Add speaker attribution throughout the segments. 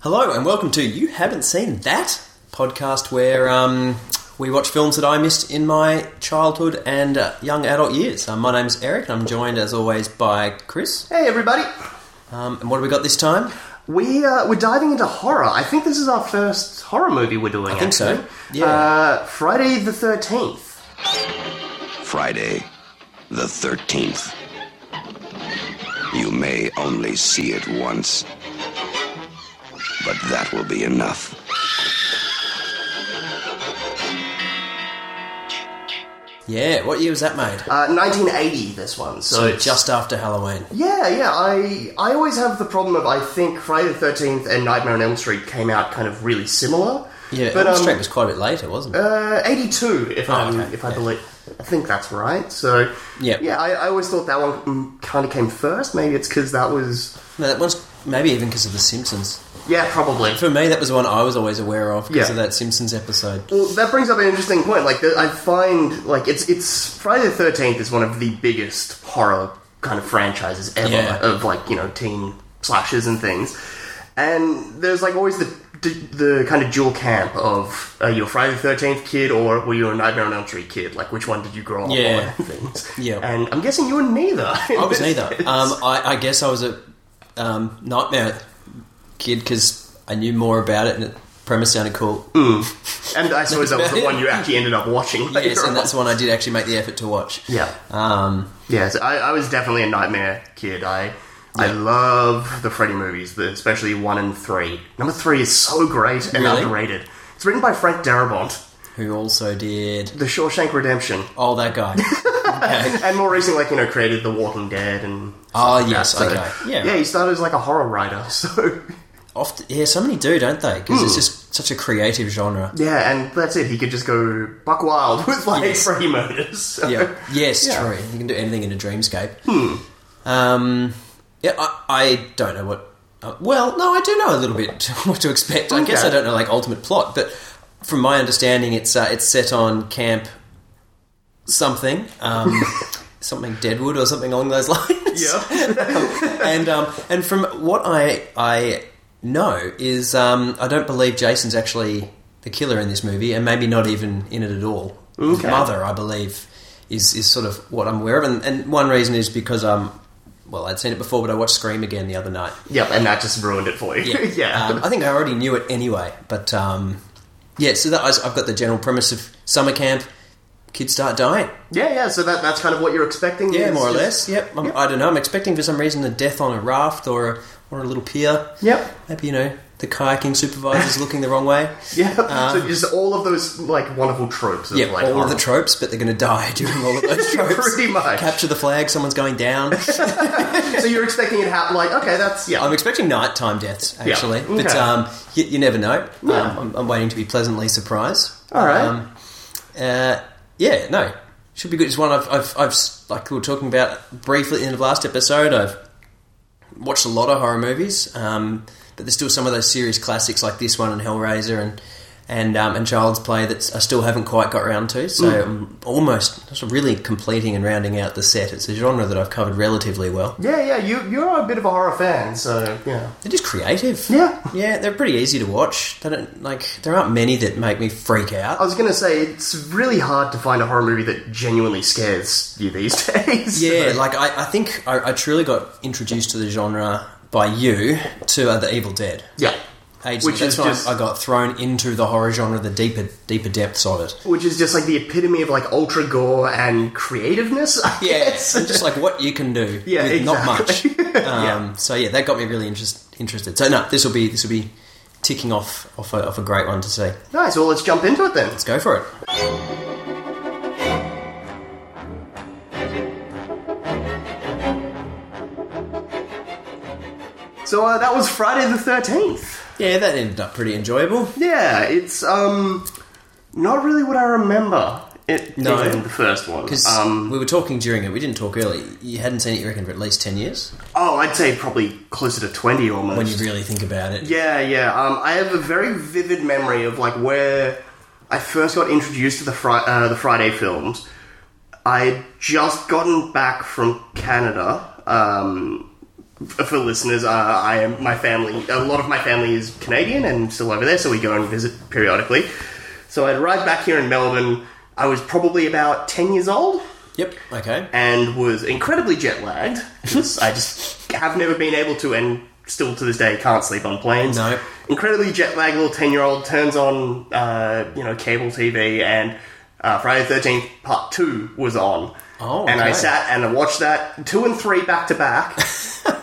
Speaker 1: Hello and welcome to You Haven't Seen That podcast where um, we watch films that I missed in my childhood and uh, young adult years. Um, my name's Eric and I'm joined as always by Chris.
Speaker 2: Hey everybody!
Speaker 1: Um, and what have we got this time?
Speaker 2: We uh, we're diving into horror. I think this is our first horror movie we're doing.
Speaker 1: I think so. Yeah.
Speaker 2: Uh, Friday the Thirteenth.
Speaker 3: Friday, the 13th. You may only see it once, but that will be enough.
Speaker 1: Yeah, what year was that made?
Speaker 2: Uh, 1980. This one. So,
Speaker 1: so
Speaker 2: it's-
Speaker 1: just after Halloween.
Speaker 2: Yeah, yeah. I I always have the problem of I think Friday the Thirteenth and Nightmare on Elm Street came out kind of really similar.
Speaker 1: Yeah,
Speaker 2: but
Speaker 1: but
Speaker 2: um,
Speaker 1: Street was quite a bit later, wasn't it?
Speaker 2: uh, 82 if I
Speaker 1: okay,
Speaker 2: if I
Speaker 1: yeah.
Speaker 2: believe. I think that's right. So
Speaker 1: Yeah.
Speaker 2: yeah. I, I always thought that one kind of came first. Maybe it's because that was
Speaker 1: No, that one's maybe even because of The Simpsons.
Speaker 2: yeah probably.
Speaker 1: For me, that was the one I was always aware of because
Speaker 2: Yeah.
Speaker 1: of that Simpsons episode.
Speaker 2: Well, that brings up an interesting point. Like, the, I find like it's it's Friday the Thirteenth is one of the biggest horror kind of franchises ever
Speaker 1: Yeah.
Speaker 2: of like you know teen slashes and things. And there's like always the the kind of dual camp of uh, you a Friday the Thirteenth kid or were you a Nightmare on Elm Street kid? Like, which one did you grow up
Speaker 1: Yeah.
Speaker 2: on? Things.
Speaker 1: Yeah.
Speaker 2: And I'm guessing you were neither.
Speaker 1: I was neither. Um, I, I guess I was a um, nightmare kid because I knew more about it and the premise sounded cool.
Speaker 2: and I suppose that was the one you actually ended up watching. Later
Speaker 1: Yes,
Speaker 2: on.
Speaker 1: and that's the one I did actually make the effort to watch.
Speaker 2: yeah.
Speaker 1: Um,
Speaker 2: Yeah, so I, I was definitely a nightmare kid. I I love the Freddy movies, but especially one and three. Number three is so great and
Speaker 1: Really?
Speaker 2: underrated. It's written by Frank Darabont,
Speaker 1: who also did
Speaker 2: The Shawshank Redemption,
Speaker 1: oh that guy. okay.
Speaker 2: and more recently, like you know, created The Walking Dead and.
Speaker 1: Oh yes,
Speaker 2: so-
Speaker 1: okay, yeah.
Speaker 2: he started as like a horror writer. So
Speaker 1: Oft- yeah, so many do, don't they? Because it's just such a creative genre.
Speaker 2: yeah, and that's it. He could just go buck wild with like
Speaker 1: Yes.
Speaker 2: Freddy murders. So-
Speaker 1: Yeah. Yes,
Speaker 2: Yeah. Hmm.
Speaker 1: true. You can do anything in a dreamscape. Um, yeah, I, I don't know what. Uh, well, no, I do know a little bit what to expect. I guess
Speaker 2: Okay.
Speaker 1: I don't know like ultimate plot, but from my understanding, it's uh, it's set on camp something, um, something Deadwood or something along those lines.
Speaker 2: Yeah.
Speaker 1: and um, and from what I I know is um, I don't believe Jason's actually the killer in this movie, and maybe not even in it at all. His
Speaker 2: Okay.
Speaker 1: mother, I believe, is is sort of what I'm aware of, and, and one reason is because um, well, I'd seen it before, but I watched Scream again the other night.
Speaker 2: Yep, and that just ruined it for you. Yeah.
Speaker 1: Um, I think I already knew it anyway, but um, yeah. So that I, I've got the general premise of summer camp. Kids start dying.
Speaker 2: yeah, yeah, so that, that's kind of what you're expecting.
Speaker 1: Yeah,
Speaker 2: is
Speaker 1: more or less.
Speaker 2: just-
Speaker 1: Yep. I'm, I don't know. I'm expecting for some reason a death on a raft or a, or a little pier.
Speaker 2: Yep.
Speaker 1: Maybe you know the kayaking supervisor's looking the wrong way.
Speaker 2: Yeah, so just all of those like wonderful tropes. Of,
Speaker 1: Uh-huh. Yeah,
Speaker 2: like,
Speaker 1: all of
Speaker 2: horror.
Speaker 1: the tropes, but they're going to die doing all of those tropes.
Speaker 2: Pretty much.
Speaker 1: Capture the flag. Someone's going down.
Speaker 2: so you're expecting it happen? Like, okay, that's yeah.
Speaker 1: I'm expecting nighttime deaths actually, but
Speaker 2: Okay.
Speaker 1: um, you, you never know.
Speaker 2: Yeah.
Speaker 1: Um, I'm, I'm waiting to be pleasantly surprised.
Speaker 2: All right.
Speaker 1: Um, uh, yeah. No. Should be good. It's one I've, I've, I've s- like we were talking about briefly at the end of last episode. I've watched a lot of horror movies, um, but there's still some of those serious classics like this one and Hellraiser and and um, and Child's Play that I still haven't quite got round to. So I'm almost sort of really completing and rounding out the set. It's a genre that I've covered relatively well.
Speaker 2: yeah, yeah. You you're a bit of a horror fan, so yeah.
Speaker 1: They're just creative.
Speaker 2: Yeah.
Speaker 1: yeah. They're pretty easy to watch. They don't like. There aren't many that make me freak
Speaker 2: I
Speaker 1: out.
Speaker 2: was gonna say it's really hard to find a horror movie that genuinely scares you these days.
Speaker 1: Yeah,
Speaker 2: So-
Speaker 1: like I, I think I, I truly got introduced to the genre by you to uh, the Evil Dead.
Speaker 2: yeah.
Speaker 1: Ages-
Speaker 2: Which
Speaker 1: that's
Speaker 2: is
Speaker 1: when I-
Speaker 2: just-
Speaker 1: I got thrown into the horror genre, the deeper deeper depths of it.
Speaker 2: Which is just like the epitome of like ultra gore and creativeness. I
Speaker 1: Yes,
Speaker 2: guess.
Speaker 1: and just like what you can do
Speaker 2: Yeah,
Speaker 1: with
Speaker 2: exactly.
Speaker 1: not much. Um, So yeah, that got me really interest, interested. So no, this will be this will be ticking off off a, off a great one to see. Let's
Speaker 2: nice. Well, let's jump into it then.
Speaker 1: go for it.
Speaker 2: So uh, that was Friday the Thirteenth.
Speaker 1: Yeah, that ended up pretty enjoyable.
Speaker 2: Yeah, it's um not really what I remember. It
Speaker 1: No.
Speaker 2: being the first one.
Speaker 1: Because
Speaker 2: Um,
Speaker 1: we were talking during it, we didn't talk early. You hadn't seen it, you reckon, for at least ten years
Speaker 2: Oh, I'd say probably closer to 20 almost.
Speaker 1: when you really think about it.
Speaker 2: yeah, yeah. Um, I have a very vivid memory of like where I first got introduced to the, fri- uh, the Friday films. I had just gotten back from Canada um, for listeners, uh, I am my family. A lot of my family is Canadian and still over there, so we go and visit periodically. So I'd arrived back here in Melbourne. I was probably about ten years old
Speaker 1: Yep. Okay.
Speaker 2: and was incredibly jet lagged. 'cause I just have never been able to, and still to this day can't sleep on planes.
Speaker 1: No.
Speaker 2: incredibly jet lagged little ten year old turns on, uh, you know, cable TV, and uh, Friday the Thirteenth Part Two was on.
Speaker 1: Oh,
Speaker 2: and I
Speaker 1: okay.
Speaker 2: sat and I watched that two and three back to back,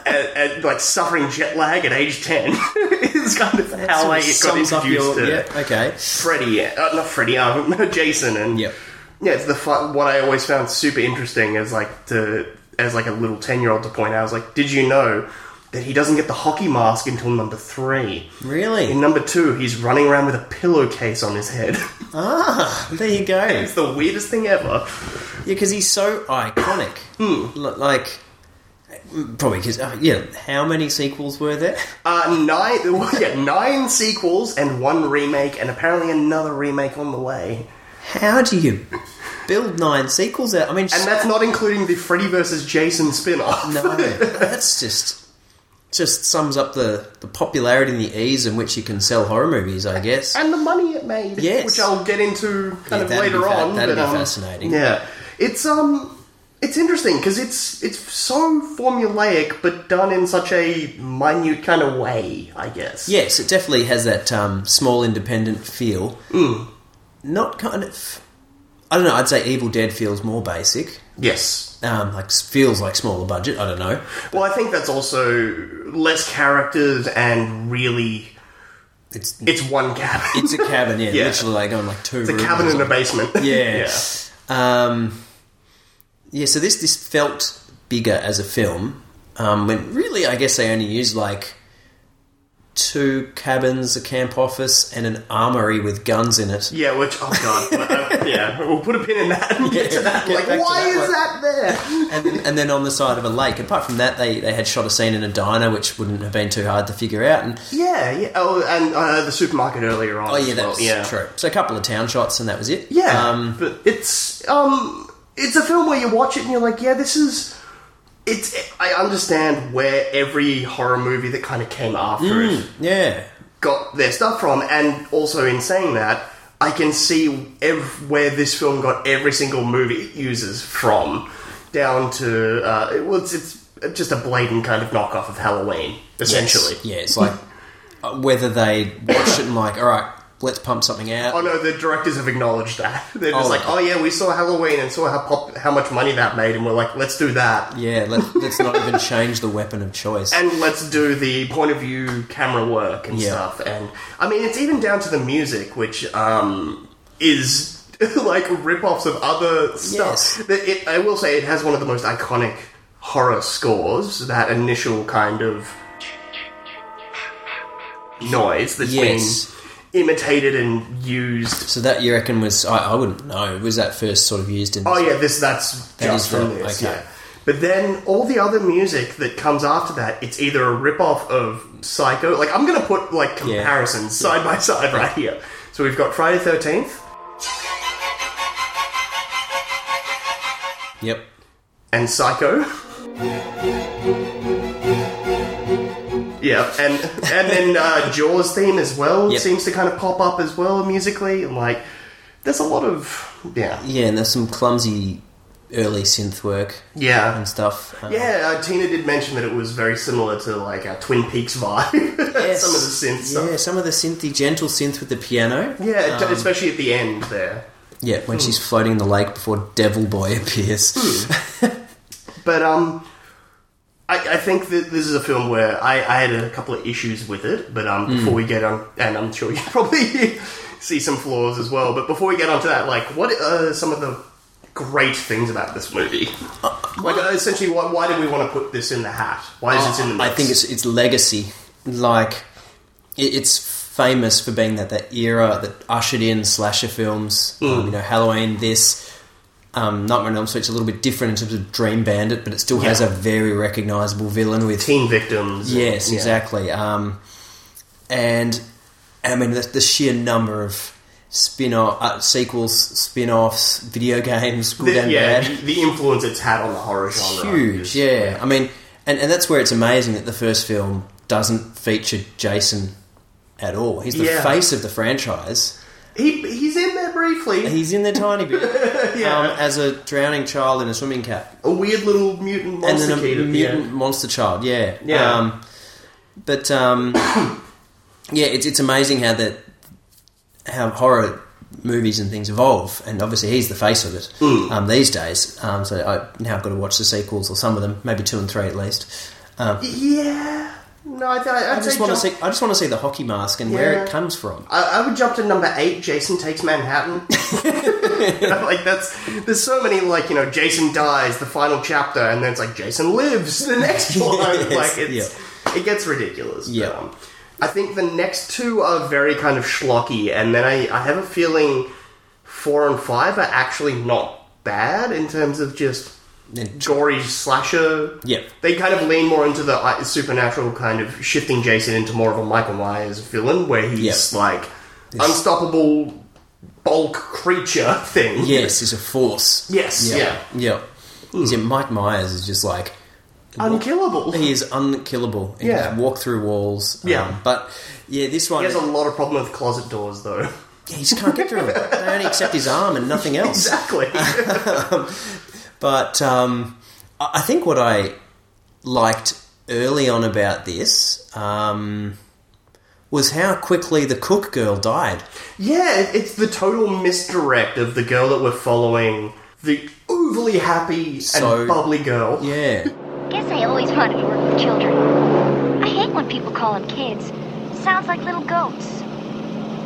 Speaker 2: and, and like suffering jet lag at age ten is kind of how I
Speaker 1: Sort of
Speaker 2: got
Speaker 1: sums
Speaker 2: introduced
Speaker 1: up your-
Speaker 2: to
Speaker 1: yeah, okay.
Speaker 2: Freddy, uh, not Freddy, um, Jason, and
Speaker 1: Yep.
Speaker 2: yeah, it's the fun, what I always found super interesting is like to as like a little ten year old to point out. I was like, did you know that he doesn't get the hockey mask until number three?
Speaker 1: Really?
Speaker 2: In number two, he's running around with a pillowcase on his head.
Speaker 1: Ah, there you go. Yeah,
Speaker 2: it's the weirdest thing ever.
Speaker 1: because he's so iconic.
Speaker 2: Hmm.
Speaker 1: L- like, probably because yeah. How many sequels were there?
Speaker 2: Uh, nine, well, yeah, nine sequels and one remake, and apparently another remake on the way.
Speaker 1: How do you build nine sequels out? I mean,
Speaker 2: And that's not including the Freddy versus Jason spin-off.
Speaker 1: No, that's just just sums up the, the popularity and the ease in which you can sell horror movies, I guess.
Speaker 2: and the money it made,
Speaker 1: Yes.
Speaker 2: which I'll get into
Speaker 1: Yeah,
Speaker 2: kind of
Speaker 1: that'd
Speaker 2: later
Speaker 1: be fa-
Speaker 2: on.
Speaker 1: that'd
Speaker 2: but,
Speaker 1: be
Speaker 2: um,
Speaker 1: fascinating.
Speaker 2: Yeah, it's um, it's interesting because it's it's so formulaic, but done in such a minute kind of way, I guess.
Speaker 1: Yes, it definitely has that um, small independent feel.
Speaker 2: Hmm.
Speaker 1: Not kind of. I don't know. I'd say Evil Dead feels more basic.
Speaker 2: Yes.
Speaker 1: Um, like feels like smaller budget. I don't know.
Speaker 2: Well, I think that's also less characters and really
Speaker 1: It's
Speaker 2: it's one cabin.
Speaker 1: it's a cabin. Yeah,
Speaker 2: Yeah.
Speaker 1: literally like on like two.
Speaker 2: It's a cabin in a basement.
Speaker 1: Yeah. Um, yeah, so this this felt bigger as a film um, when really I guess they only used like two cabins, a camp office, and an armory with guns in it.
Speaker 2: Yeah, which oh god, well, uh, yeah, we'll put a pin in that. And get to
Speaker 1: Yeah,
Speaker 2: that.
Speaker 1: get
Speaker 2: Like,
Speaker 1: back to
Speaker 2: why
Speaker 1: that
Speaker 2: is
Speaker 1: one.
Speaker 2: that there?
Speaker 1: And then, and then on the side of a lake. Apart from that, they, they had shot a scene in a diner, which wouldn't have been too hard to figure out. And
Speaker 2: Yeah, yeah. Oh, and uh, the supermarket earlier on.
Speaker 1: oh yeah,
Speaker 2: as well.
Speaker 1: that's
Speaker 2: yeah.
Speaker 1: true. So a couple of town shots, and that was it.
Speaker 2: Yeah,
Speaker 1: Um,
Speaker 2: but it's um, it's a film where you watch it and you're like, yeah, this is. It's. I understand where every horror movie that kind of came after
Speaker 1: Mm.
Speaker 2: it
Speaker 1: Um, yeah.
Speaker 2: got their stuff from, and also in saying that, I can see ev- where this film got every single movie it uses from, down to uh, it, well, it's, it's just a blatant kind of knockoff of Halloween, essentially.
Speaker 1: Yes. yeah. It's like uh, whether they watched it and like, all right, let's pump something out.
Speaker 2: Oh no, the directors have acknowledged that. They're just
Speaker 1: Oh,
Speaker 2: like,
Speaker 1: okay.
Speaker 2: oh yeah, we saw Halloween and saw how pop- how much money that made, and we're like, let's do that.
Speaker 1: Yeah, let, let's not even change the weapon of choice.
Speaker 2: and let's do the point of view camera work and
Speaker 1: Yeah.
Speaker 2: stuff and i mean it's even down to the music which um is like rip-offs of other stuff
Speaker 1: Yes.
Speaker 2: That it, i will say it has one of the most iconic horror scores that initial kind of noise that's
Speaker 1: Yes.
Speaker 2: been imitated and used
Speaker 1: so that you reckon was I, I wouldn't know. Was that first sort of used in?
Speaker 2: oh yeah this that's
Speaker 1: That
Speaker 2: just
Speaker 1: is
Speaker 2: from
Speaker 1: the-
Speaker 2: this
Speaker 1: okay.
Speaker 2: yeah but then all the other music that comes after that, it's either a rip-off of Psycho. Like I'm gonna put like comparisons side by side right here. So we've got Friday Thirteenth
Speaker 1: Yep.
Speaker 2: and Psycho. Yeah, and and then uh, Jaws theme as well
Speaker 1: Yep.
Speaker 2: seems to kind of pop up as well musically, and like there's a lot of yeah
Speaker 1: Yeah, and there's some clumsy early synth work
Speaker 2: yeah
Speaker 1: and stuff. Um,
Speaker 2: Yeah, uh, Tina did mention that it was very similar to like a Twin Peaks vibe.
Speaker 1: yes.
Speaker 2: Some of the synth stuff.
Speaker 1: Yeah, some of the synthy gentle synth with the piano.
Speaker 2: Yeah,
Speaker 1: Um,
Speaker 2: t- especially at the end there.
Speaker 1: Yeah, when she's floating in the lake before Devil Boy appears.
Speaker 2: Hmm. But um, I, I think that this is a film where I, I had a couple of issues with it. But
Speaker 1: Hmm.
Speaker 2: um, before we get on, and I'm sure you probably see some flaws as well. But before we get onto that, like, what are some of the great things about this movie? Like, uh, essentially, why, why did we want to put this in the hat? Why is this in the? Mix?
Speaker 1: Oh, I think it's it's legacy. Like it, it's famous for being that that era that ushered in slasher films. Um,
Speaker 2: Hmm.
Speaker 1: you know, Halloween. This um, Nightmare on Elm Street's a little bit different in terms of Dream Bandit, but it still has
Speaker 2: Yeah.
Speaker 1: a very recognizable villain with
Speaker 2: teen victims.
Speaker 1: Yes,
Speaker 2: Yeah.
Speaker 1: exactly. Um, and I mean the, the sheer number of spin-off uh, sequels, spin-offs, video games, good
Speaker 2: The-
Speaker 1: and
Speaker 2: yeah,
Speaker 1: bad.
Speaker 2: the- the influence it's had on the horror genre.
Speaker 1: Huge,
Speaker 2: is-
Speaker 1: yeah. I mean, and and that's where it's amazing that the first film doesn't feature Jason at all. He's the
Speaker 2: Yeah.
Speaker 1: face of the franchise.
Speaker 2: He, he's in there briefly.
Speaker 1: He's in there tiny bit
Speaker 2: Yeah.
Speaker 1: um, as a drowning child in a swimming cap.
Speaker 2: a weird little mutant monster
Speaker 1: and then
Speaker 2: kid.
Speaker 1: a
Speaker 2: at the
Speaker 1: mutant
Speaker 2: end.
Speaker 1: monster child. Yeah,
Speaker 2: Yeah.
Speaker 1: Um, but um, yeah, it's it's amazing how that how horror movies and things evolve, and obviously he's the face of it
Speaker 2: Mm.
Speaker 1: um, these days. Um, so I now got to watch the sequels or some of them, maybe two and three at least. Um,
Speaker 2: Yeah. No, I, I,
Speaker 1: I just want to see. I just want to see the hockey mask and where it
Speaker 2: Yeah.
Speaker 1: comes from.
Speaker 2: I, I would jump to number eight. Jason takes Manhattan. You know, like that's there's so many like you know Jason dies the final chapter and then it's like Jason lives the next one. like it's it gets ridiculous.
Speaker 1: Yeah.
Speaker 2: But, um, I think the next two are very kind of schlocky, and then I I have a feeling four and five are actually not bad in terms of just
Speaker 1: And-
Speaker 2: gory slasher.
Speaker 1: Yeah.
Speaker 2: They kind of lean more into the uh, supernatural kind of shifting Jason into more of a Michael Myers villain where he's
Speaker 1: Yeah.
Speaker 2: like unstoppable bulk creature thing.
Speaker 1: Yes, he's a force.
Speaker 2: Yes, Hmm.
Speaker 1: yeah, yeah. See, Mike Myers is just like
Speaker 2: Unkillable.
Speaker 1: He is unkillable. He
Speaker 2: Yeah.
Speaker 1: can just walk through walls. Um,
Speaker 2: Yeah.
Speaker 1: But yeah, this one
Speaker 2: He has a lot of problem with closet doors though.
Speaker 1: yeah, he just can't get through them. They only accept his arm and nothing else.
Speaker 2: Exactly.
Speaker 1: But um, I I think what I liked early on about this um, was how quickly the cook girl died.
Speaker 2: yeah, it- it's the total misdirect of the girl that we're following, the overly happy
Speaker 1: So-
Speaker 2: and bubbly girl.
Speaker 1: Yeah.
Speaker 4: Guess I always wanted to work with children. I hate when people call them kids. Sounds like little goats.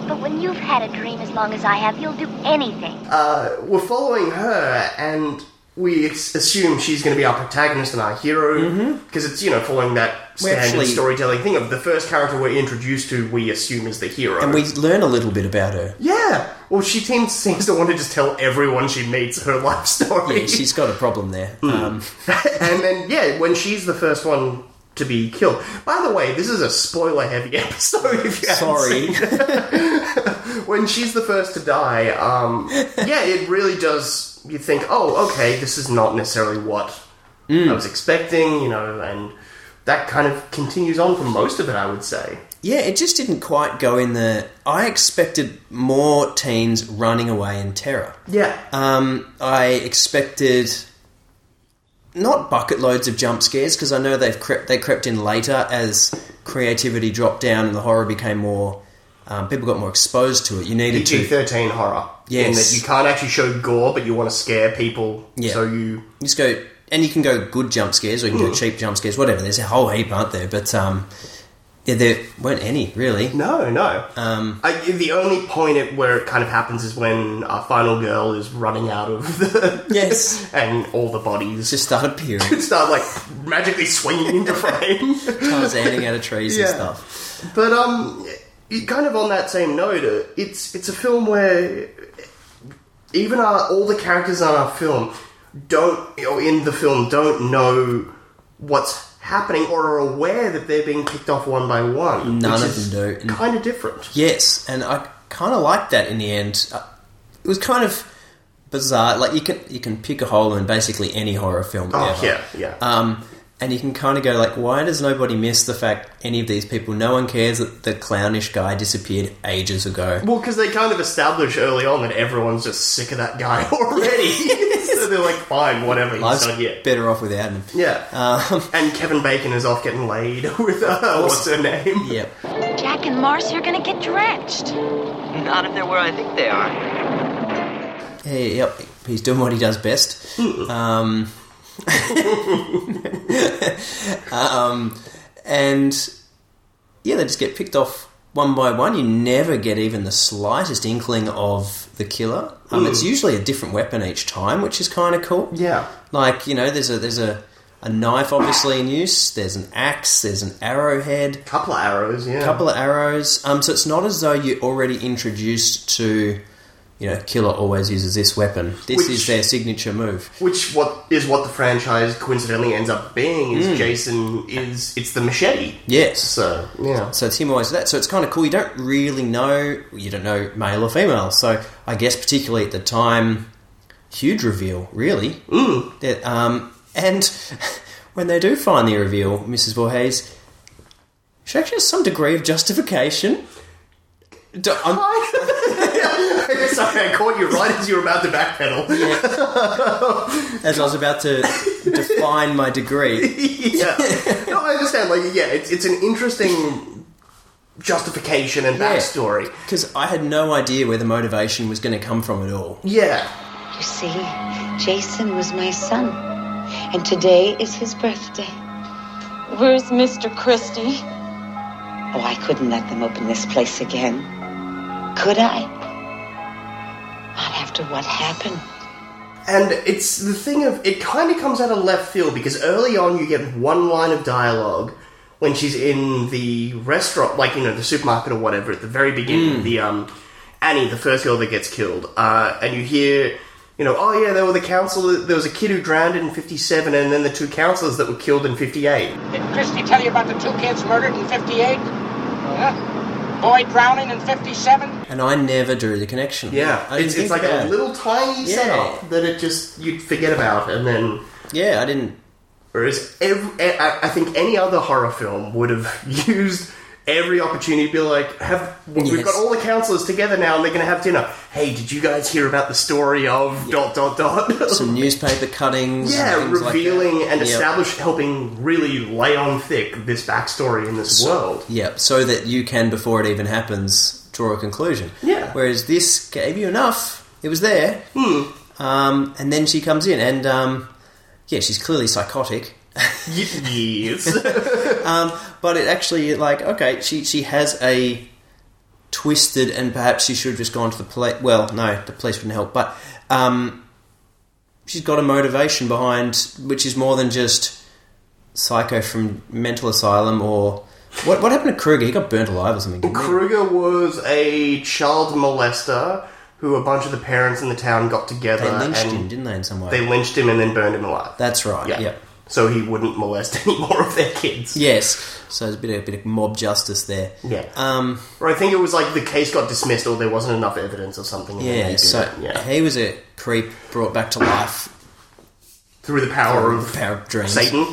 Speaker 4: But when you've had a dream as long as I have, you'll do anything.
Speaker 2: uh, we're following her and we ex- assume she's going to be our protagonist and our hero because it's you know following that
Speaker 1: Mm-hmm. We
Speaker 2: standard
Speaker 1: actually-
Speaker 2: storytelling thing of the first character we're introduced to we assume is the hero
Speaker 1: And we learn a little bit about her.
Speaker 2: yeah well she seems, seems to want to just tell everyone she meets her life story
Speaker 1: Yeah, she's got a problem there. Um,
Speaker 2: and then yeah when she's the first one to be killed by the way this is a spoiler heavy episode if you haven't
Speaker 1: sorry.
Speaker 2: when she's the first to die, um, yeah, it really does. You think, oh, okay, this is not necessarily what I was expecting, you know, and that kind of continues on for most of it, I would say.
Speaker 1: Yeah, it just didn't quite go in the. I expected more teens running away in terror.
Speaker 2: Yeah,
Speaker 1: Um, I expected not bucket loads of jump scares because I know they've crept, they crept in later as creativity dropped down and the horror became more. Um, people got more exposed to it. You needed
Speaker 2: PG
Speaker 1: to
Speaker 2: thirteen horror. in
Speaker 1: Yes.
Speaker 2: that you can't actually show gore, but you want to scare people,
Speaker 1: Yeah.
Speaker 2: so you
Speaker 1: just go, and you can go good jump scares or you can go cheap jump scares, whatever. There's a whole heap, aren't there? But um, yeah, there weren't any really.
Speaker 2: No, no.
Speaker 1: Um,
Speaker 2: I, the only point at where it kind of happens is when our final girl is running out of the
Speaker 1: Yes.
Speaker 2: and all the bodies
Speaker 1: Just started peering,
Speaker 2: start like magically swinging into frame.
Speaker 1: tarzanning out of trees and
Speaker 2: Yeah.
Speaker 1: stuff.
Speaker 2: But um, y- kind of on that same note, uh, it's it's a film where even our, all the characters on our film don't you know, in the film don't know what's happening or are aware that they're being picked off one by one.
Speaker 1: None
Speaker 2: which
Speaker 1: of
Speaker 2: is
Speaker 1: them do, and-
Speaker 2: Kind of different.
Speaker 1: Yes, and I kind of liked that in the end. Uh, It was kind of bizarre. Like you can you can pick a hole in basically any horror film.
Speaker 2: Oh
Speaker 1: ever.
Speaker 2: yeah, yeah.
Speaker 1: Um, and you can kind of go like, why does nobody miss the fact any of these people? No one cares that the clownish guy disappeared ages ago.
Speaker 2: well, because they kind of establish early on that everyone's just sick of that guy already, so they're like, "Fine, whatever, he's
Speaker 1: Life's
Speaker 2: not here."
Speaker 1: better off without him.
Speaker 2: Yeah,
Speaker 1: Um,
Speaker 2: and Kevin Bacon is off getting laid with uh, what's her name?
Speaker 1: yep.
Speaker 4: Jack and Marcy are gonna get drenched.
Speaker 5: Not if they're where I think they are.
Speaker 1: Yeah, yeah, yep. He's doing what he does best. Um, um, and yeah, they just get picked off one by one. You never get even the slightest inkling of the killer. Um, It's usually a different weapon each time, which is kind of cool.
Speaker 2: Yeah.
Speaker 1: Like you know, there's a there's a, a knife obviously in use. There's an axe. There's an arrowhead
Speaker 2: couple of arrows, yeah.
Speaker 1: couple of arrows. Um, so it's not as though you're already introduced to, you know, killer always uses this weapon. This
Speaker 2: Which-
Speaker 1: is their signature move.
Speaker 2: Which what is what the franchise coincidentally ends up being
Speaker 1: Hmm.
Speaker 2: is Jason is it's the machete.
Speaker 1: Yes.
Speaker 2: So yeah,
Speaker 1: So Tim always that. So it's kind of cool. You don't really know. You don't know male or female. So I guess particularly at the time, huge reveal. Really. Mm. That, um, and when they do finally reveal Mrs. Voorhees, she actually has some degree of justification. Do- I'm-
Speaker 2: Sorry, I caught you right as you were about to backpedal.
Speaker 1: as I was about to define my degree,
Speaker 2: Yeah. No, I understand. Like, yeah, it's, it's an interesting justification and
Speaker 1: Yeah.
Speaker 2: backstory.
Speaker 1: because I had no idea where the motivation was going to come from at all.
Speaker 2: Yeah.
Speaker 6: You see, Jason was my son, and today is his birthday.
Speaker 7: Where's Mr. Christie?
Speaker 6: Oh, I couldn't let them open this place again. Could I? Not after what happened.
Speaker 2: And it's the thing of it kind of comes out of left field because early on you get one line of dialogue when she's in the restaurant, like you know the supermarket or whatever, at the very
Speaker 1: Mm.
Speaker 2: beginning. The um, Annie, the first girl that gets killed, uh, and you hear. You know, oh yeah, there were the council. There was a kid who drowned in '57, and then the two counselors that were killed in '58.
Speaker 8: Did Christie tell you about the two kids murdered in 58? Huh? Boy drowning in 57?
Speaker 1: And I never drew the connection.
Speaker 2: Yeah,
Speaker 1: I didn't
Speaker 2: it's, it's
Speaker 1: think
Speaker 2: like
Speaker 1: about
Speaker 2: a
Speaker 1: it.
Speaker 2: little tiny
Speaker 1: Yeah.
Speaker 2: setup that it just you'd forget about, and then
Speaker 1: Yeah, I didn't.
Speaker 2: Whereas every, I I think any other horror film would have used every opportunity to be like, have we've
Speaker 1: Yes.
Speaker 2: got all the counselors together now and they're going to have dinner. Hey, did you guys hear about the story of dot dot dot?
Speaker 1: Some newspaper cuttings.
Speaker 2: yeah,
Speaker 1: and things like that.
Speaker 2: revealing and
Speaker 1: Yep.
Speaker 2: establish helping really lay on thick this backstory in this world.
Speaker 1: Yep, so that you can, before it even happens, draw a conclusion.
Speaker 2: Yeah.
Speaker 1: Whereas this gave you enough. It was there.
Speaker 2: Hmm.
Speaker 1: Um, and then she comes in, and um, yeah, she's clearly psychotic.
Speaker 2: Y- yes.
Speaker 1: But it actually, like, okay, she, she has a twisted, and perhaps she should have just gone to the police. Well, no, the police wouldn't help, but um, she's got a motivation behind, which is more than just psycho from mental asylum or. What, what happened to Kruger? He got burnt alive or something. didn't he?
Speaker 2: Kruger was a child molester who a bunch of the parents in the town got together
Speaker 1: They lynched
Speaker 2: and
Speaker 1: him, didn't they, in some way?
Speaker 2: they lynched him and then burned him alive.
Speaker 1: That's right.
Speaker 2: Yeah.
Speaker 1: Yep.
Speaker 2: So he wouldn't molest any more of their kids.
Speaker 1: Yes. So there's a bit of, bit of mob justice there.
Speaker 2: Yeah.
Speaker 1: Um,
Speaker 2: Or I think it was like the case got dismissed or there wasn't enough evidence or something. and then they
Speaker 1: yeah.
Speaker 2: did
Speaker 1: So
Speaker 2: it, yeah.
Speaker 1: he was a creep brought back to life.
Speaker 2: Through the power of
Speaker 1: Power of dreams.
Speaker 2: Satan.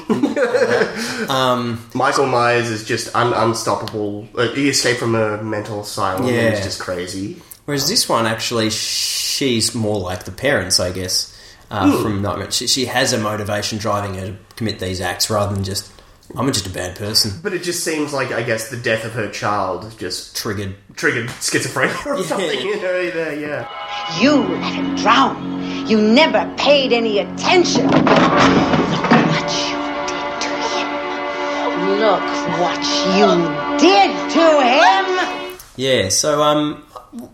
Speaker 1: Um,
Speaker 2: Michael Myers is just un- unstoppable. Uh, he escaped from a mental asylum.
Speaker 1: Yeah.
Speaker 2: And he's just crazy.
Speaker 1: Whereas this one, actually, she's more like the parents, I guess, uh, from Nightmare. She, she has a motivation driving her to commit these acts rather than just, I'm just a bad person,
Speaker 2: But it just seems like, I guess, the death of her child just
Speaker 1: triggered.
Speaker 2: triggered schizophrenia or something. You know, yeah, yeah.
Speaker 6: You let him drown. You never paid any attention. Look what you did to him. Look what you did to him.
Speaker 1: Yeah, so, um,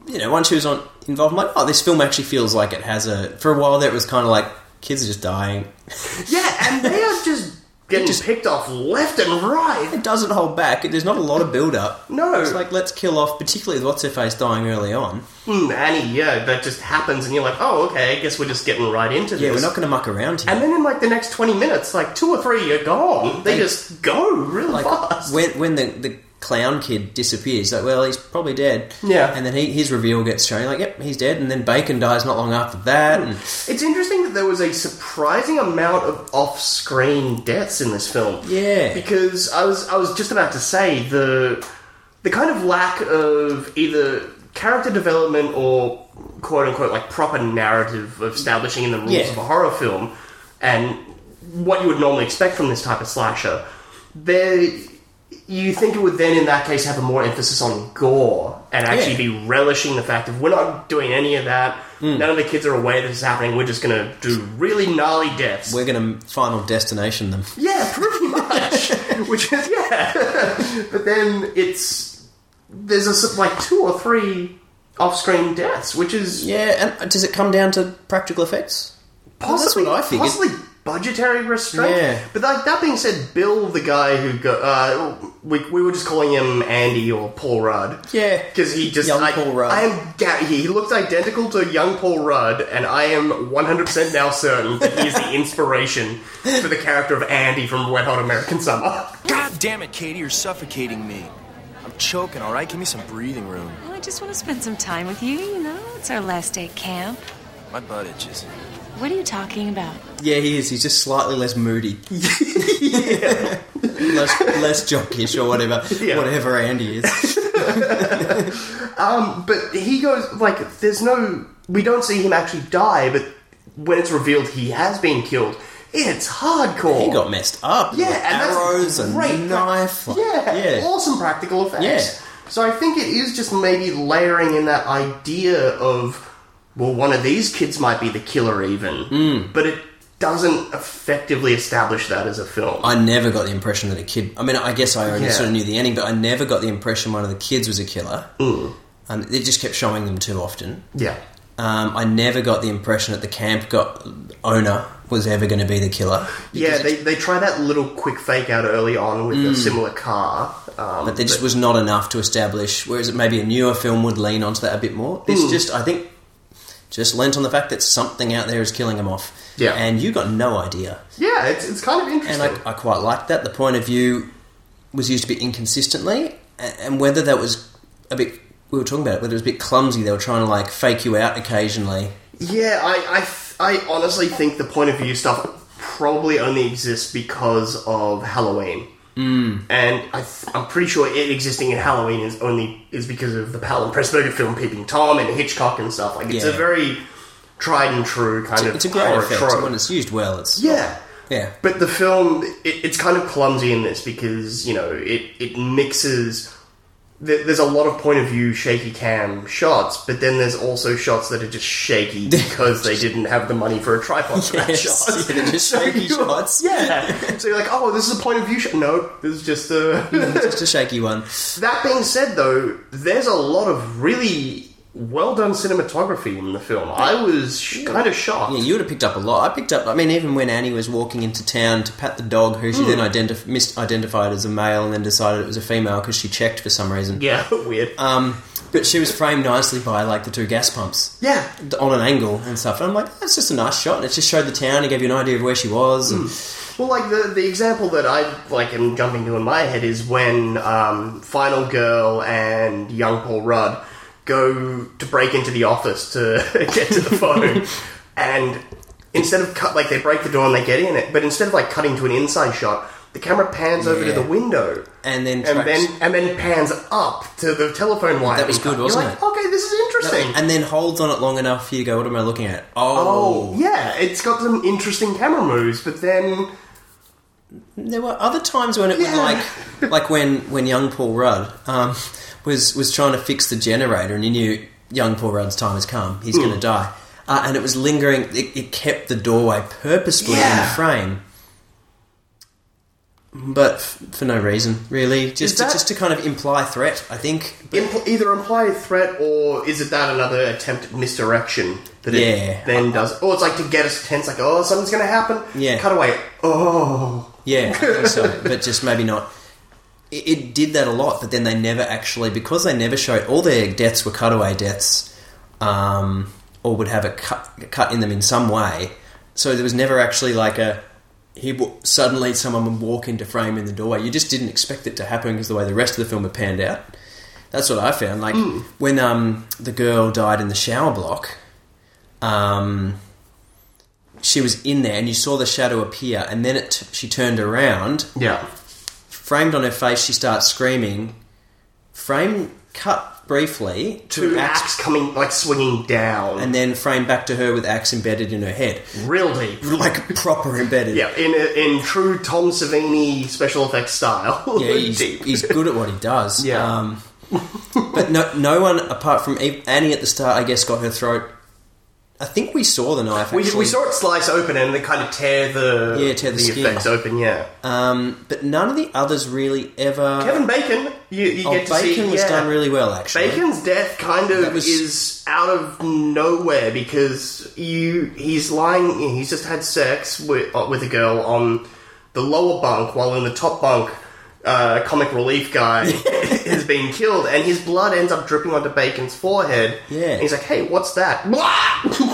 Speaker 1: you know, once she was on involved, I'm like, oh, this film actually feels like it has a. For a while there, it was kind of like, kids are just dying.
Speaker 2: Yeah, and they are just getting
Speaker 1: just-
Speaker 2: picked off left and right.
Speaker 1: It doesn't hold back. There's not a lot of build up.
Speaker 2: No.
Speaker 1: It's like, let's kill off, particularly with What's Her Face dying early on.
Speaker 2: Hmm, Annie, yeah, that just happens, and you're like, oh, okay, I guess we're just getting right into this.
Speaker 1: Yeah, we're not going to muck around here.
Speaker 2: And then in like the next 20 minutes, like two or three are gone. They,
Speaker 1: They-
Speaker 2: just go really
Speaker 1: like,
Speaker 2: fast.
Speaker 1: when, when the, the clown kid disappears, like, well, he's probably dead.
Speaker 2: Yeah.
Speaker 1: And then he, his reveal gets shown, like, yep, he's dead. And then Bacon dies not long after that. And
Speaker 2: it's interesting that there was a surprising amount of off-screen deaths in this film.
Speaker 1: Yeah.
Speaker 2: Because I was I was just about to say the the kind of lack of either character development or quote unquote like proper narrative of establishing the rules
Speaker 1: Yeah.
Speaker 2: of a horror film and what you would normally expect from this type of slasher. There you think it would then in that case have a more emphasis on gore and actually
Speaker 1: Yeah.
Speaker 2: be relishing the fact of we're not doing any of that. None of the kids are aware this is happening. We're just going to do really gnarly deaths.
Speaker 1: we're going to final destination them.
Speaker 2: yeah, pretty much. Which is yeah. but then it's there's a s- like two or three off-screen deaths, which is
Speaker 1: Yeah, and does it come down to practical effects? Well, that's
Speaker 2: possibly
Speaker 1: what I figured.
Speaker 2: possibly budgetary restraint.
Speaker 1: Yeah.
Speaker 2: But like that being said, Bill, the guy who go, uh, we we were just calling him Andy or Paul Rudd.
Speaker 1: Yeah.
Speaker 2: Because he just
Speaker 1: Young
Speaker 2: I,
Speaker 1: Paul Rudd.
Speaker 2: I am ga- he he looked identical to young Paul Rudd, and I am one hundred percent now certain that he is the inspiration for the character of Andy from Wet Hot American Summer.
Speaker 9: God damn it, Katie, you're suffocating me. I'm choking, all right? Give me some breathing room.
Speaker 7: Well, I just want to spend some time with you, you know? It's our last day at camp.
Speaker 9: My butt itches.
Speaker 10: What are you talking about?
Speaker 1: Yeah, he is. He's just slightly less moody. less, less jockish or whatever.
Speaker 2: Yeah.
Speaker 1: Whatever Andy is.
Speaker 2: Um, but he goes like, there's no. We don't see him actually die, but when it's revealed he has been killed, it's hardcore.
Speaker 1: He got messed up.
Speaker 2: yeah,
Speaker 1: Like
Speaker 2: and that's
Speaker 1: arrows and
Speaker 2: great.
Speaker 1: knife. like-
Speaker 2: yeah,
Speaker 1: yeah.
Speaker 2: awesome practical effects.
Speaker 1: Yeah.
Speaker 2: So I think it is just maybe layering in that idea of, well, one of these kids might be the killer, even,
Speaker 1: Mm.
Speaker 2: but it doesn't effectively establish that as a film.
Speaker 1: I never got the impression that a kid. I mean, I guess I only
Speaker 2: Yeah.
Speaker 1: sort of knew the ending, but I never got the impression one of the kids was a killer. Um, they just kept showing them too often.
Speaker 2: Mm. yeah,
Speaker 1: Um, I never got the impression that the camp got owner was ever going to be the killer.
Speaker 2: yeah. They they try that little quick fake out early on with a similar car. Um,
Speaker 1: Mm. But there just was not enough to establish. Whereas maybe a newer film would lean onto that a bit more. This just, I think, just lent on the fact that something out there is killing them off.
Speaker 2: Yeah.
Speaker 1: and you got no idea.
Speaker 2: yeah, it's, it's kind of
Speaker 1: and
Speaker 2: interesting.
Speaker 1: I, I quite liked that. The point of view was used a bit inconsistently, and, and whether that was a bit, we were talking about it, whether it was a bit clumsy. They were trying to like fake you out occasionally.
Speaker 2: Yeah, I, I, th- I honestly think the point of view stuff probably only exists because of Halloween.
Speaker 1: Hmm.
Speaker 2: Mm. And I th- I'm pretty sure it existing in Halloween is only is because of the Powell and Pressburger film Peeping Tom and Hitchcock and stuff. Like it's
Speaker 1: Yeah.
Speaker 2: a very tried and true kind of
Speaker 1: It's a great
Speaker 2: horror
Speaker 1: effect
Speaker 2: trope.
Speaker 1: when it's used well. It's
Speaker 2: yeah,
Speaker 1: yeah,
Speaker 2: but the film, it, it's kind of clumsy in this because, you know, it, it mixes. there- There's a lot of point of view shaky cam shots, but then there's also shots that are just shaky because they didn't have the money for a tripod for that
Speaker 1: Yes.
Speaker 2: shot.
Speaker 1: Yeah, they're just shaky
Speaker 2: you're-
Speaker 1: shots.
Speaker 2: Yeah. So you're like, oh, this is a point of view shot. No, this is just a.
Speaker 1: just a shaky one.
Speaker 2: that being said, though, there's a lot of really well done cinematography in the film. I was sh- kind of shocked.
Speaker 1: Yeah, you would have picked up a lot. I picked up. I mean, even when Annie was walking into town to pat the dog, who she then
Speaker 2: Hmm.
Speaker 1: identif- misidentified as a male, and then decided it was a female because she checked for some reason.
Speaker 2: yeah, weird.
Speaker 1: Um, but she was framed nicely by like the two gas pumps.
Speaker 2: yeah.
Speaker 1: on an angle and stuff. And I'm like, that's just a nice shot. And it just showed the town. It gave you an idea of where she was.
Speaker 2: Hmm.
Speaker 1: And
Speaker 2: Well, like the the example that I like am jumping to in my head is when um, Final Girl and young Paul Rudd go to break into the office to get to the phone, and instead of cut like they break the door and they get in it, but instead of like cutting to an inside shot, the camera pans over to
Speaker 1: Yeah.
Speaker 2: the window.
Speaker 1: And then
Speaker 2: and
Speaker 1: tracks-
Speaker 2: then and then pans up to the telephone wire.
Speaker 1: That was good, wasn't
Speaker 2: You're like,
Speaker 1: it?
Speaker 2: Okay, this is interesting.
Speaker 1: and then holds on it long enough for you to go, what am I looking at?
Speaker 2: oh,
Speaker 1: Oh.
Speaker 2: yeah, it's got some interesting camera moves, but then
Speaker 1: There were other times when it
Speaker 2: Yeah.
Speaker 1: was like, like when, when young Paul Rudd um, was, was trying to fix the generator and you knew young Paul Rudd's time has come. He's
Speaker 2: Mm.
Speaker 1: going to die. Uh, and it was lingering. It, it kept the doorway purposefully in
Speaker 2: Yeah.
Speaker 1: the frame. But f- for no reason, really. Just,
Speaker 2: that-
Speaker 1: to, just to kind of imply threat, I think. But-
Speaker 2: Impl- either imply a threat or is it that another attempt at misdirection that
Speaker 1: Yeah.
Speaker 2: it then does? Or it's like to get us tense, like oh something's going to happen.
Speaker 1: Yeah.
Speaker 2: cut away. Oh,
Speaker 1: Yeah, I think so, but just maybe not. It, it did that a lot, but then they never actually because they never showed all their deaths were cutaway deaths, um, or would have a cut, a cut in them in some way. So there was never actually like a he w- suddenly someone would walk into frame in the doorway. You just didn't expect it to happen because the way the rest of the film had panned out. That's what I found. Like when um, the girl died in the shower block, um, she was in there and you saw the shadow appear, and then it t- she turned around
Speaker 2: yeah,
Speaker 1: framed on her face, she starts screaming. Frame cut briefly to,
Speaker 2: two
Speaker 1: axe,
Speaker 2: axe coming like swinging down
Speaker 1: and then frame back to her with axe embedded in her head,
Speaker 2: real deep.
Speaker 1: like proper embedded.
Speaker 2: Yeah, in in true Tom Savini special effects style.
Speaker 1: Yeah, he's,
Speaker 2: deep.
Speaker 1: he's good at what he does.
Speaker 2: Yeah.
Speaker 1: Um, but no, no one apart from Eve- Annie at the start, I guess, got her throat. I think we saw the knife.
Speaker 2: we,
Speaker 1: actually.
Speaker 2: we saw it slice open and then kind of tear the
Speaker 1: Yeah, tear the skin.
Speaker 2: effects open. Yeah,
Speaker 1: Um, but none of the others really ever.
Speaker 2: Kevin Bacon, you, you
Speaker 1: oh,
Speaker 2: get to see.
Speaker 1: Bacon was
Speaker 2: yeah.
Speaker 1: done really well, actually.
Speaker 2: Bacon's death kind of
Speaker 1: That was-
Speaker 2: is out of nowhere because you he's lying. He's just had sex with uh, with a girl on the lower bunk, while in the top bunk, uh, comic relief guy has been killed, and his blood ends up dripping onto Bacon's forehead.
Speaker 1: Yeah.
Speaker 2: And he's like, "Hey, what's that?" Blah!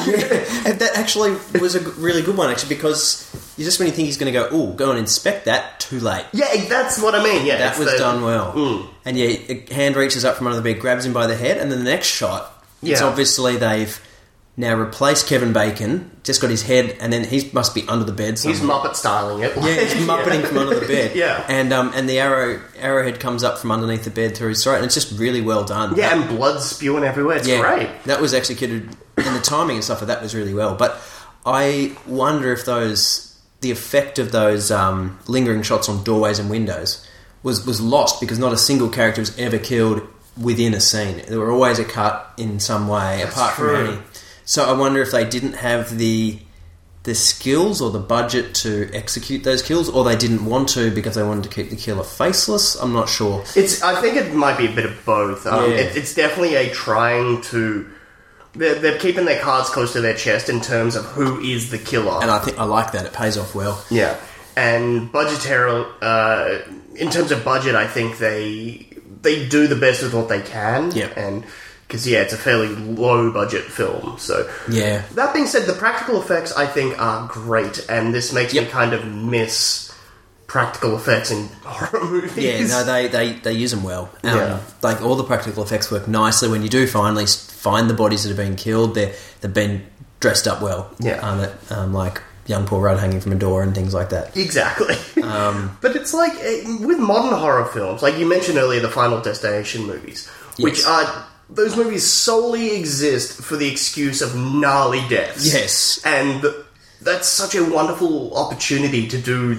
Speaker 1: And that actually was a g- really good one, actually, because you just when you think he's going to go, oh, go and inspect that, too late.
Speaker 2: yeah, that's what I mean. Yeah,
Speaker 1: That
Speaker 2: it's
Speaker 1: was
Speaker 2: the-
Speaker 1: done well.
Speaker 2: Mm.
Speaker 1: And yeah, a hand reaches up from under the bed, grabs him by the head, and then the next shot, it's
Speaker 2: Yeah.
Speaker 1: obviously they've Now replace Kevin Bacon. Just got his head, and then he must be under the bed. Somewhere.
Speaker 2: He's Muppet styling it.
Speaker 1: Yeah, he's muppeting from under the bed.
Speaker 2: Yeah.
Speaker 1: and um, and the arrow arrowhead comes up from underneath the bed through his throat, and it's just really well done.
Speaker 2: Yeah, and blood spewing everywhere. It's
Speaker 1: yeah,
Speaker 2: great.
Speaker 1: That was executed, and the timing and stuff of that was really well. But I wonder if those the effect of those um, lingering shots on doorways and windows was was lost because not a single character was ever killed within a scene. There were always a cut in some way, apart
Speaker 2: true.
Speaker 1: from Annie. So I wonder if they didn't have the the skills or the budget to execute those kills, or they didn't want to because they wanted to keep the killer faceless. I'm not sure.
Speaker 2: It's. I think it might be a bit of both. Um,
Speaker 1: Yeah.
Speaker 2: it, it's definitely a trying to. They're, they're keeping their cards close to their chest in terms of who is the killer.
Speaker 1: And I think I like that; it pays off well.
Speaker 2: Yeah, and budgetary uh, in terms of budget, I think they they do the best with what they can.
Speaker 1: Yeah.
Speaker 2: and because yeah, it's a fairly low budget film. So
Speaker 1: Yeah,
Speaker 2: that being said, the practical effects I think are great, and this makes me
Speaker 1: Yep.
Speaker 2: kind of miss practical effects in horror movies.
Speaker 1: Yeah, no, they, they, they use them well. Um,
Speaker 2: Yeah.
Speaker 1: Like all the practical effects work nicely when you do finally s- find the bodies that have been killed. They're, they've been dressed up well.
Speaker 2: Yeah.
Speaker 1: Um, that, um, like young Paul Rudd hanging from a door and things like that.
Speaker 2: Exactly.
Speaker 1: Um,
Speaker 2: but it's like eh, with modern horror films, like you mentioned earlier, the Final Destination movies, which
Speaker 1: Yes.
Speaker 2: are those movies solely exist for the excuse of gnarly deaths.
Speaker 1: Yes.
Speaker 2: and that's such a wonderful opportunity to do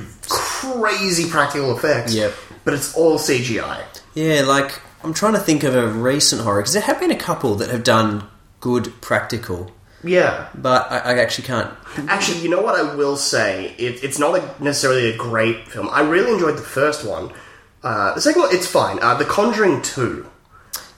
Speaker 2: crazy practical effects.
Speaker 1: Yep.
Speaker 2: but it's all CGI.
Speaker 1: Yeah, like I'm trying to think of a recent horror because there have been a couple that have done good practical,
Speaker 2: Yeah.
Speaker 1: but I, I actually can't.
Speaker 2: Actually, you know what I will say? It, it's not a, necessarily a great film. I really enjoyed the first one. Uh, the second one, it's fine. Uh, the Conjuring 2.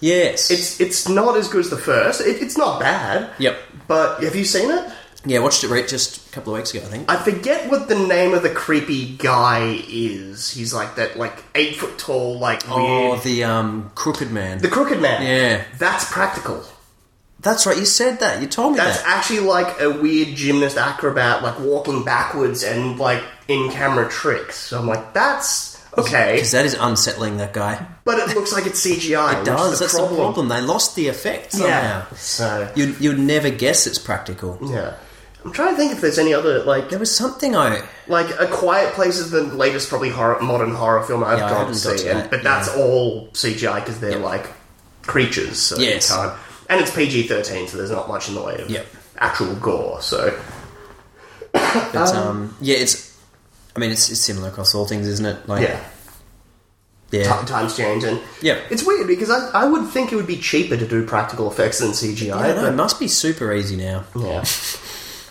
Speaker 1: Yes.
Speaker 2: It's it's not as good as the first. It, it's not bad.
Speaker 1: Yep.
Speaker 2: But have you seen it?
Speaker 1: Yeah, watched it right just a couple of weeks ago, I think.
Speaker 2: I forget what the name of the creepy guy is. He's like that, like eight foot tall, like
Speaker 1: Oh,
Speaker 2: weird.
Speaker 1: the um, Crooked Man.
Speaker 2: The crooked man.
Speaker 1: Yeah.
Speaker 2: That's practical.
Speaker 1: That's right, you said that. You told me
Speaker 2: That's
Speaker 1: that.
Speaker 2: actually like a weird gymnast acrobat, like walking backwards and like in camera tricks. So I'm like, that's okay.
Speaker 1: Because that is unsettling, that guy.
Speaker 2: But it looks like it's CGI.
Speaker 1: It
Speaker 2: which is
Speaker 1: does.
Speaker 2: the
Speaker 1: That's the problem. They lost the effect somehow.
Speaker 2: Yeah. So,
Speaker 1: You you'd never guess it's practical.
Speaker 2: yeah. I'm trying to think if there's any other, like,
Speaker 1: There was something I
Speaker 2: Like a Quiet Place is the latest probably horror, modern horror film I've
Speaker 1: Yeah, I
Speaker 2: gone to
Speaker 1: haven't got
Speaker 2: see,
Speaker 1: to
Speaker 2: and,
Speaker 1: that,
Speaker 2: but that's
Speaker 1: yeah.
Speaker 2: all CGI because they're
Speaker 1: Yeah.
Speaker 2: like creatures. So you
Speaker 1: Yes.
Speaker 2: can't- and it's PG thirteen, so there's not much in the way of
Speaker 1: Yep.
Speaker 2: actual gore. So
Speaker 1: but, um, yeah, it's I mean it's it's similar across all things, isn't it? Like
Speaker 2: yeah,
Speaker 1: yeah.
Speaker 2: ti- times change, and
Speaker 1: Yep.
Speaker 2: it's weird because I, I would think it would be cheaper to do practical effects than CGI.
Speaker 1: I don't know, it
Speaker 2: but-
Speaker 1: must be super easy now.
Speaker 2: yeah.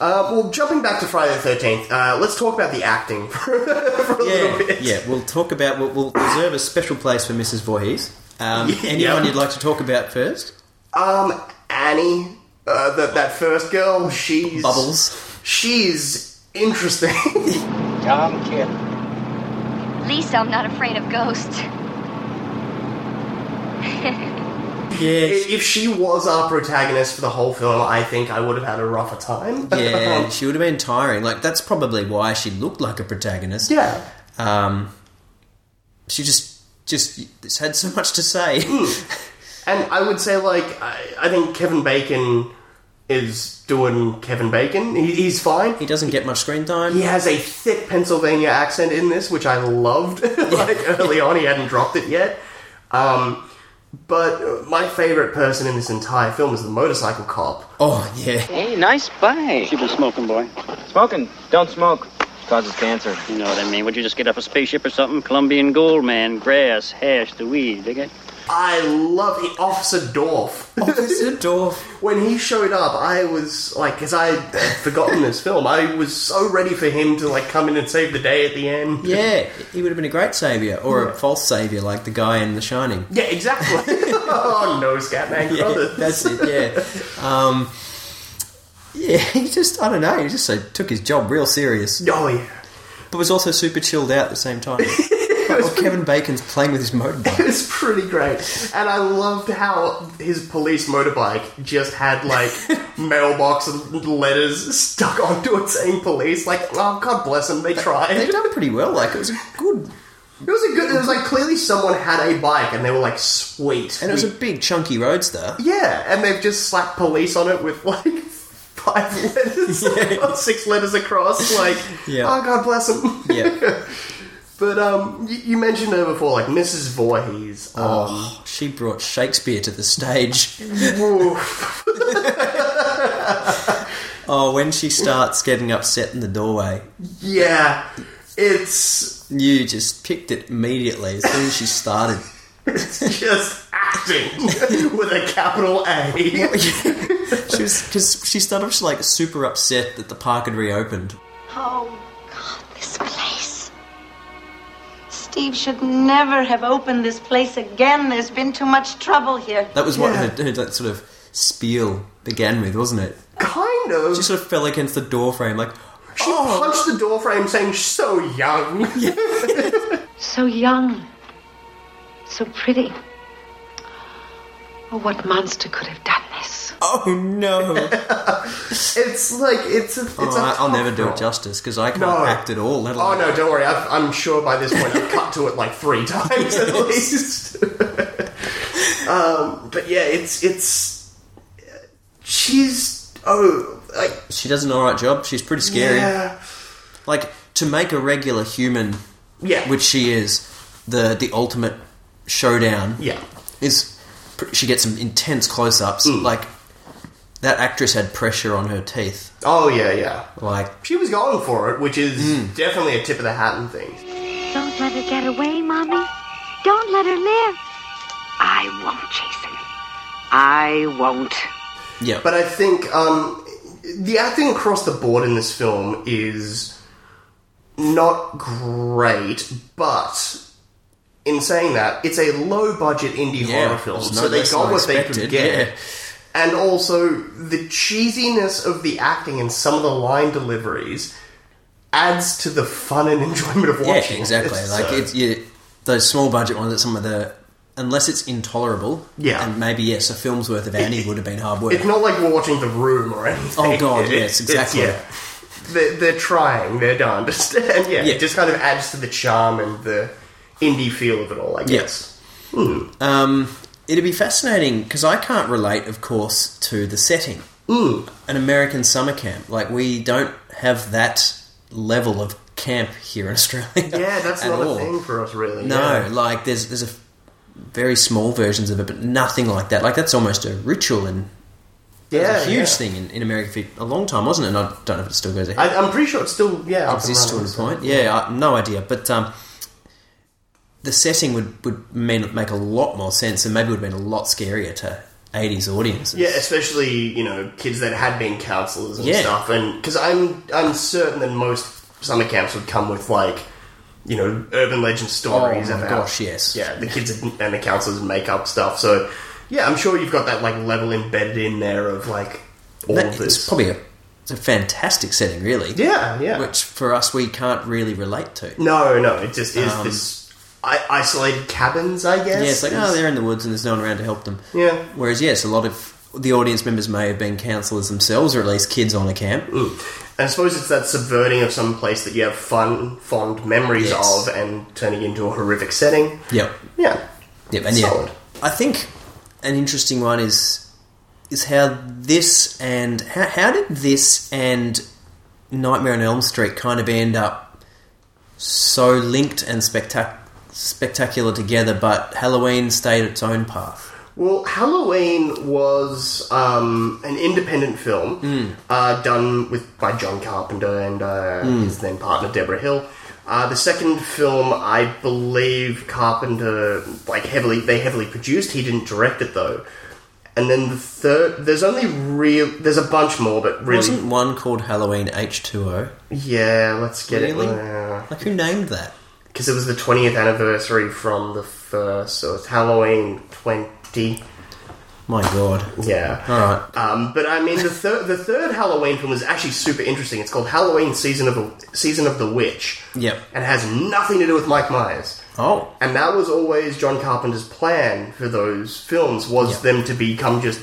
Speaker 2: Uh, well, jumping back to Friday the Thirteenth, uh, let's talk about the acting for, for a little
Speaker 1: Yeah,
Speaker 2: bit.
Speaker 1: yeah. We'll talk about we'll, we'll reserve a special place for Mrs. Voorhees. Um, anyone
Speaker 2: Yeah.
Speaker 1: you'd like to talk about first?
Speaker 2: Um, Annie, uh, that that first girl, she's
Speaker 1: Bubbles.
Speaker 2: She's interesting.
Speaker 8: Dumb kid.
Speaker 4: At least I'm not afraid of ghosts.
Speaker 1: Yeah,
Speaker 2: if she was our protagonist for the whole film, I think I would have had a rougher time.
Speaker 1: yeah. She would have been tiring. Like that's probably why she looked like a protagonist.
Speaker 2: yeah.
Speaker 1: Um, she just just had so much to say.
Speaker 2: Mm. And I would say, like, I, I think Kevin Bacon is doing Kevin Bacon. He, he's fine.
Speaker 1: He doesn't get much screen time.
Speaker 2: He has a thick Pennsylvania accent in this, which I loved. like early on, he hadn't dropped it yet. Um, but my favorite person in this entire film is the motorcycle cop.
Speaker 1: Oh yeah.
Speaker 5: Hey, nice bite.
Speaker 11: Keep it smoking, boy.
Speaker 12: Smoking. Don't smoke. Causes cancer.
Speaker 11: You know what I mean? Would you just get off a spaceship or something? Colombian gold, man. Grass, hash, the weed. Dig it?
Speaker 2: I love it. Officer Dorf.
Speaker 1: Oh, Officer Dorf.
Speaker 2: when he showed up, I was like, because I had forgotten this film, I was so ready for him to like come in and save the day at the end.
Speaker 1: Yeah, he would have been a great savior or a false savior, like the guy in The Shining.
Speaker 2: Yeah, exactly. oh no, Scatman
Speaker 1: Yeah,
Speaker 2: Crothers.
Speaker 1: that's it. Yeah. Um, yeah, he just I don't know. He just uh, took his job real serious,
Speaker 2: Oh yeah,
Speaker 1: but was also super chilled out at the same time. Or Kevin Bacon's playing with his motorbike.
Speaker 2: it's pretty great, and I loved how his police motorbike just had like mailbox and letters stuck onto it saying police. Like, oh God bless them, they tried.
Speaker 1: They've done pretty well. Like it was a good,
Speaker 2: It was a good. It was like clearly someone had a bike, and they were like, sweet.
Speaker 1: and it was
Speaker 2: we
Speaker 1: a big chunky roadster.
Speaker 2: Yeah, and they've just slapped police on it with like five letters, or six letters across. Like,
Speaker 1: Yeah.
Speaker 2: oh God bless him.
Speaker 1: Yeah.
Speaker 2: but um, you, you mentioned her before, like Mrs. Voorhees. Um,
Speaker 1: Oh, she brought Shakespeare to the stage. Oh, when she starts getting upset in the doorway,
Speaker 2: yeah, it's
Speaker 1: you just picked it immediately as soon as she started.
Speaker 2: it's just acting with a capital A.
Speaker 1: She was because she started off like super upset that the park had reopened.
Speaker 6: Oh, God, this place. Steve should never have opened this place again. There's been too much trouble here.
Speaker 1: That was what her, her that sort of spiel began with, wasn't it?
Speaker 2: Kind of.
Speaker 1: She sort of fell against the doorframe, like,
Speaker 2: She
Speaker 1: oh.
Speaker 2: punched the doorframe, saying, "So young."
Speaker 13: So young. So pretty. Oh, what monster could have done this?
Speaker 1: "Oh no!"
Speaker 2: it's like it's a. It's
Speaker 1: oh,
Speaker 2: a
Speaker 1: I- I'll
Speaker 2: tough
Speaker 1: never do
Speaker 2: role.
Speaker 1: it justice because I can't
Speaker 2: No.
Speaker 1: act at all. Let
Speaker 2: Oh
Speaker 1: alone
Speaker 2: no, don't worry. I've, I'm sure by this point I've cut to it like three times at least. um, but yeah, it's it's she's oh like
Speaker 1: she does an all right job. She's pretty scary.
Speaker 2: Yeah.
Speaker 1: Like to make a regular human,
Speaker 2: Yeah.
Speaker 1: which she is, the the ultimate showdown.
Speaker 2: Yeah.
Speaker 1: is pr- she gets some intense close ups.
Speaker 2: Mm.
Speaker 1: Like that actress had pressure on her teeth.
Speaker 2: oh yeah yeah.
Speaker 1: Like
Speaker 2: She was going for it, which is definitely a tip of the hat and things.
Speaker 4: Don't let her get away, Mommy. Don't let her live.
Speaker 14: I won't, Jason. I won't.
Speaker 1: Yeah.
Speaker 2: But I think um, the acting across the board in this film is not great, but in saying that, it's a low budget indie
Speaker 1: Yeah,
Speaker 2: horror film,
Speaker 1: there's no
Speaker 2: so they
Speaker 1: less
Speaker 2: got
Speaker 1: than
Speaker 2: what they could
Speaker 1: expected,
Speaker 2: get.
Speaker 1: yeah.
Speaker 2: And also, the cheesiness of the acting and some of the line deliveries adds to the fun and enjoyment of
Speaker 1: yeah,
Speaker 2: watching.
Speaker 1: exactly.
Speaker 2: it,
Speaker 1: Like
Speaker 2: so-
Speaker 1: it's you, those small budget ones that some of the unless it's intolerable.
Speaker 2: Yeah.
Speaker 1: and maybe yes, a film's worth of Annie would have been hard work.
Speaker 2: It's not like we're watching The Room or anything.
Speaker 1: Oh, God, yes,
Speaker 2: it's-
Speaker 1: exactly.
Speaker 2: yeah. They're, they're trying they're to understand. Yeah,
Speaker 1: Yeah.
Speaker 2: it just kind of adds to the charm and the indie feel of it all, I guess.
Speaker 1: Yes. Um, it'd be fascinating because I can't relate, of course, to the setting.
Speaker 2: Ooh.
Speaker 1: An American summer camp. Like, we don't have that level of camp here in Australia.
Speaker 2: Yeah, that's
Speaker 1: at
Speaker 2: not
Speaker 1: all.
Speaker 2: a thing for us, really.
Speaker 1: No,
Speaker 2: yeah.
Speaker 1: like, there's, there's a very small versions of it, but nothing like that. Like, that's almost a ritual and
Speaker 2: Yeah,
Speaker 1: a huge
Speaker 2: yeah.
Speaker 1: thing in, in America for a long time, wasn't it? And I don't know if it still goes ahead.
Speaker 2: I, I'm pretty sure it's still, yeah. up and
Speaker 1: exists to
Speaker 2: running,
Speaker 1: a
Speaker 2: so-
Speaker 1: point. Yeah, I, no idea. But um, the setting would would mean, make a lot more sense, and maybe would have been a lot scarier to eighties audiences.
Speaker 2: Yeah, especially you know kids that had been counselors and
Speaker 1: Yeah.
Speaker 2: stuff, and because I'm I'm certain that most summer camps would come with like you know urban legend stories
Speaker 1: Oh my
Speaker 2: about
Speaker 1: gosh, yes.
Speaker 2: yeah the kids and the counselors make up stuff. So yeah, I'm sure you've got that like level embedded in there of like all
Speaker 1: That- it's
Speaker 2: of this.
Speaker 1: probably a, it's a fantastic setting, really.
Speaker 2: Yeah, yeah.
Speaker 1: Which for us, we can't really relate to.
Speaker 2: no, no, it just is
Speaker 1: Um,
Speaker 2: this i- isolated cabins, I guess.
Speaker 1: yeah, it's like
Speaker 2: is-
Speaker 1: oh, they're in the woods and there's no one around to help them.
Speaker 2: yeah.
Speaker 1: Whereas, yes, a lot of the audience members may have been counselors themselves, or at least kids on a camp.
Speaker 2: And I suppose it's that subverting of some place that you have fun, fond memories
Speaker 1: Yes.
Speaker 2: of, and turning into a horrific setting.
Speaker 1: Yep.
Speaker 2: Yeah.
Speaker 1: Yep, and yeah,
Speaker 2: Solid.
Speaker 1: I think an interesting one is is how this and how, how did this and Nightmare on Elm Street kind of end up so linked and spectac- spectacular together, but Halloween stayed its own path.
Speaker 2: Well, Halloween was um, an independent film
Speaker 1: Hmm.
Speaker 2: uh, done with by John Carpenter and uh,
Speaker 1: Hmm.
Speaker 2: his then partner Deborah Hill. Uh, the second film, I believe, Carpenter like heavily they heavily produced. He didn't direct it though. And then the third, there's only real, there's a bunch more, but really,
Speaker 1: Wasn't one called Halloween H two O?
Speaker 2: yeah, let's get
Speaker 1: Really?
Speaker 2: it. Yeah.
Speaker 1: Like who named that?
Speaker 2: because it was the 20th anniversary from the first, so it's Halloween 20.
Speaker 1: My God.
Speaker 2: Yeah.
Speaker 1: All right.
Speaker 2: Um, but I mean, the third the third Halloween film is actually super interesting. It's called Halloween Season of the Season of the Witch,
Speaker 1: Yep.
Speaker 2: and it has nothing to do with Mike Myers.
Speaker 1: Oh.
Speaker 2: And that was always John Carpenter's plan for those films was them to become just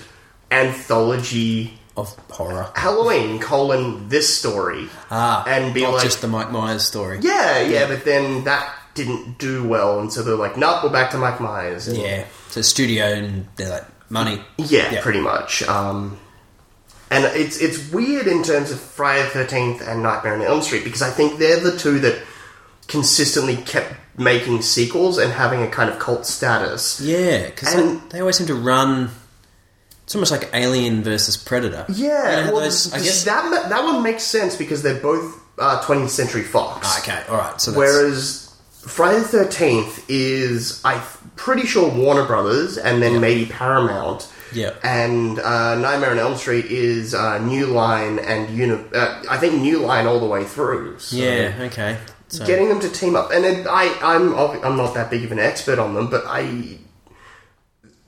Speaker 2: anthology
Speaker 1: Of horror.
Speaker 2: Halloween colon this story,
Speaker 1: Ah.
Speaker 2: and be
Speaker 1: not
Speaker 2: like
Speaker 1: just the Mike Myers story.
Speaker 2: yeah, yeah, but then that didn't do well, and so they're like, nope, we're back to Mike Myers. And
Speaker 1: Yeah. So studio and they're like money.
Speaker 2: Yeah,
Speaker 1: Yeah.
Speaker 2: pretty much. Um, And it's it's weird in terms of Friday the Thirteenth and Nightmare on Elm Street because I think they're the two that consistently kept making sequels and having a kind of cult status.
Speaker 1: Yeah, because
Speaker 2: And-
Speaker 1: they always seem to run. It's almost like Alien versus Predator.
Speaker 2: Yeah,
Speaker 1: You know,
Speaker 2: well,
Speaker 1: those- I
Speaker 2: th-
Speaker 1: guess.
Speaker 2: that ma- that one makes sense because they're both uh, 20th Century Fox.
Speaker 1: Ah, okay, all right. So that's,
Speaker 2: Whereas Friday the Thirteenth is, I'm pretty sure Warner Brothers, and then maybe Paramount.
Speaker 1: yeah,
Speaker 2: And uh, Nightmare on Elm Street is uh, New Line and Uni- uh, I think New Line all the way through. So
Speaker 1: yeah, okay. So,
Speaker 2: Getting them to team up, and it, I, I'm ob- I'm not that big of an expert on them, but I.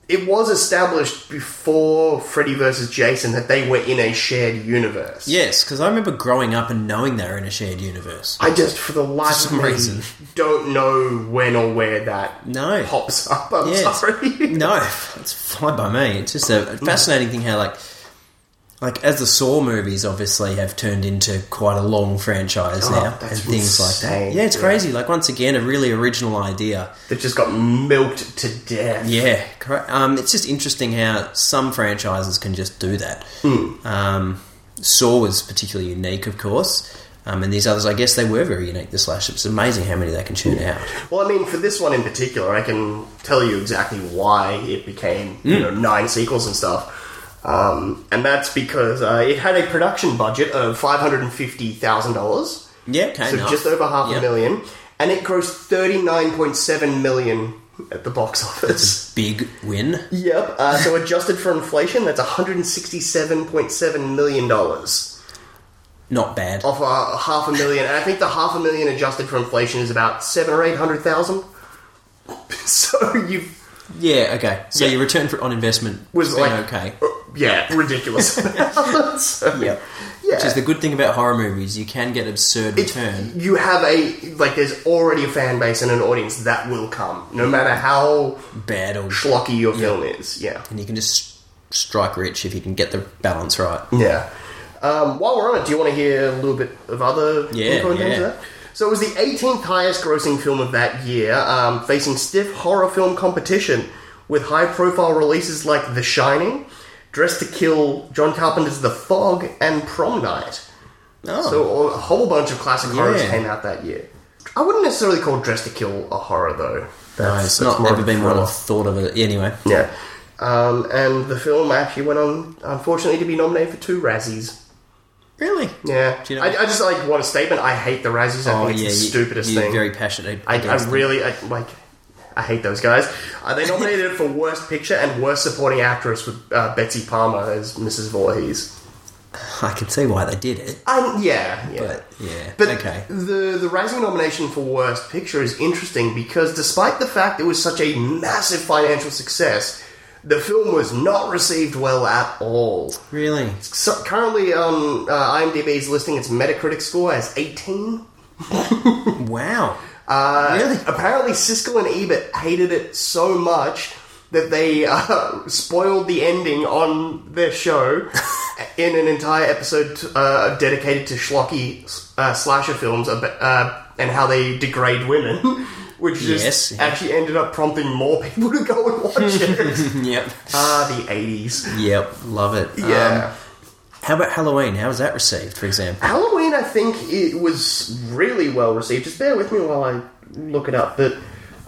Speaker 2: It was established before Freddy versus Jason that they were in a shared universe.
Speaker 1: yes, because I remember growing up and knowing they were in a shared universe.
Speaker 2: I just, for the life
Speaker 1: For some
Speaker 2: of me,
Speaker 1: reason.
Speaker 2: don't know when or where that
Speaker 1: no
Speaker 2: pops up. I'm
Speaker 1: Yes.
Speaker 2: sorry.
Speaker 1: no, it's fine by me. It's just a fascinating thing how like like as the Saw movies obviously have turned into quite a long franchise
Speaker 2: Oh,
Speaker 1: now
Speaker 2: that's
Speaker 1: and things like
Speaker 2: insane.
Speaker 1: that. Yeah, it's
Speaker 2: Yeah.
Speaker 1: crazy. Like once again, a really original idea.
Speaker 2: That just got milked to death.
Speaker 1: Yeah, correct. Um, it's just interesting how some franchises can just do that.
Speaker 2: Hmm.
Speaker 1: Um, Saw was particularly unique, of course. Um, and these others, I guess they were very unique. The slash, it's amazing how many they can churn out.
Speaker 2: Well, I mean, for this one in particular, I can tell you exactly why it became you
Speaker 1: Mm.
Speaker 2: know nine sequels and stuff, um, and that's because uh, it had a production budget of five hundred and fifty thousand dollars.
Speaker 1: Yeah, okay,
Speaker 2: so
Speaker 1: nice.
Speaker 2: just over half
Speaker 1: Yep.
Speaker 2: a million, and it grossed thirty nine point seven million at the box office.
Speaker 1: Big win.
Speaker 2: Yep. Uh, so adjusted for inflation, that's one hundred and sixty seven point seven million dollars
Speaker 1: Not bad.
Speaker 2: off uh, half a million, and I think the half a million adjusted for inflation is about seven or eight hundred thousand. So you've
Speaker 1: Yeah, okay. So your return for, on investment
Speaker 2: Was
Speaker 1: was like
Speaker 2: like- uh,
Speaker 1: okay.
Speaker 2: Yeah, ridiculous. So, Yeah.
Speaker 1: Which is the good thing about horror movies, you can get absurd return.
Speaker 2: You have a like. There's already a fan base and an audience that will come, no matter how
Speaker 1: bad or
Speaker 2: schlocky your film is. Yeah.
Speaker 1: And you can just strike rich if you can get the balance right.
Speaker 2: Yeah. Um, while we're on it, do you want to hear a little bit of other
Speaker 1: Yeah,
Speaker 2: info in terms of
Speaker 1: yeah.
Speaker 2: that? So it was the 18th highest grossing film of that year, um, facing stiff horror film competition with high profile releases like The Shining, Dressed to Kill, John Carpenter's The Fog, and Prom Night.
Speaker 1: Oh.
Speaker 2: So a whole bunch of classic horrors
Speaker 1: Yeah.
Speaker 2: came out that year. I wouldn't necessarily call Dressed to Kill a horror though.
Speaker 1: no, it's
Speaker 2: that's
Speaker 1: not
Speaker 2: more
Speaker 1: ever
Speaker 2: of a
Speaker 1: been one
Speaker 2: thriller.
Speaker 1: I've thought of it anyway.
Speaker 2: Yeah. Um, and the film actually went on, unfortunately, to be nominated for two Razzies.
Speaker 1: Really?
Speaker 2: Yeah,
Speaker 1: Do you know- Oh,
Speaker 2: I, I just like want a statement. I hate the Razzies. I think it's the
Speaker 1: you-
Speaker 2: stupidest
Speaker 1: you're
Speaker 2: thing.
Speaker 1: very passionate.
Speaker 2: I, I
Speaker 1: against them.
Speaker 2: really I, like. I hate those guys. Uh, they nominated it for worst picture and worst supporting actress with uh, Betsy Palmer as Mrs. Voorhees.
Speaker 1: I can see why they did it.
Speaker 2: Um, yeah, yeah.
Speaker 1: But yeah.
Speaker 2: But
Speaker 1: okay.
Speaker 2: the the Razzie nomination for worst picture is interesting because despite the fact it was such a massive financial success, the film was not received well at all.
Speaker 1: Really?
Speaker 2: So currently, um, uh, IMDb is listing its Metacritic score as 18.
Speaker 1: Wow.
Speaker 2: Uh,
Speaker 1: Really?
Speaker 2: Apparently, Siskel and Ebert hated it so much that they uh, spoiled the ending on their show in an entire episode uh, dedicated to schlocky uh, slasher films ab- uh, and how they degrade women, which just
Speaker 1: Yes, yeah.
Speaker 2: actually ended up prompting more people to go and watch it.
Speaker 1: Yep.
Speaker 2: Ah, the 80s.
Speaker 1: Yep. Love it. Um,
Speaker 2: Yeah.
Speaker 1: how about Halloween? How was that received, for example?
Speaker 2: Halloween, I think it was really well received. Just bear with me while I look it up, but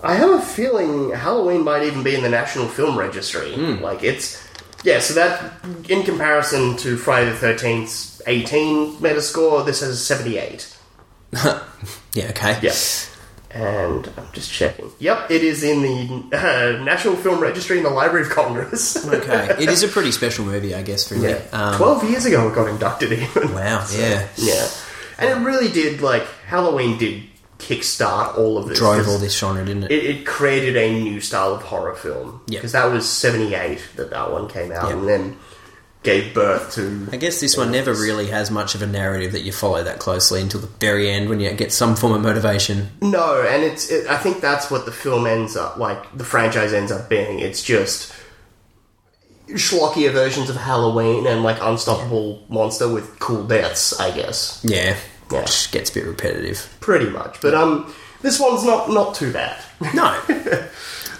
Speaker 2: I have a feeling Halloween might even be in the National Film Registry. Like it's yeah. So that in comparison to Friday the Thirteenth's eighteen Metascore, this has seventy eight.
Speaker 1: Yeah. Okay.
Speaker 2: Yeah. And I'm just checking. Yep, it is in the uh, National Film Registry in the Library of Congress.
Speaker 1: Okay. Um, It is a pretty special movie, I guess, for me.
Speaker 2: Yeah. Twelve years ago, it got inducted in.
Speaker 1: Wow. Yeah.
Speaker 2: Yeah, and it really did like Halloween did kickstart all of this.
Speaker 1: Drove all this genre, didn't it?
Speaker 2: It, it created a new style of horror film
Speaker 1: Yeah.
Speaker 2: because that was seventy eight that that one came out,
Speaker 1: Yeah.
Speaker 2: and then gave birth to.
Speaker 1: I guess this one never really has much of a narrative that you follow that closely until the very end when you get some form of motivation.
Speaker 2: No, and it's. It, I think that's what the film ends up like. The franchise ends up being. It's just schlockier versions of Halloween and like unstoppable monster with cool deaths. I guess
Speaker 1: Yeah.
Speaker 2: Yeah.
Speaker 1: Which gets a bit repetitive.
Speaker 2: pretty much. But um, this one's not not too bad.
Speaker 1: No.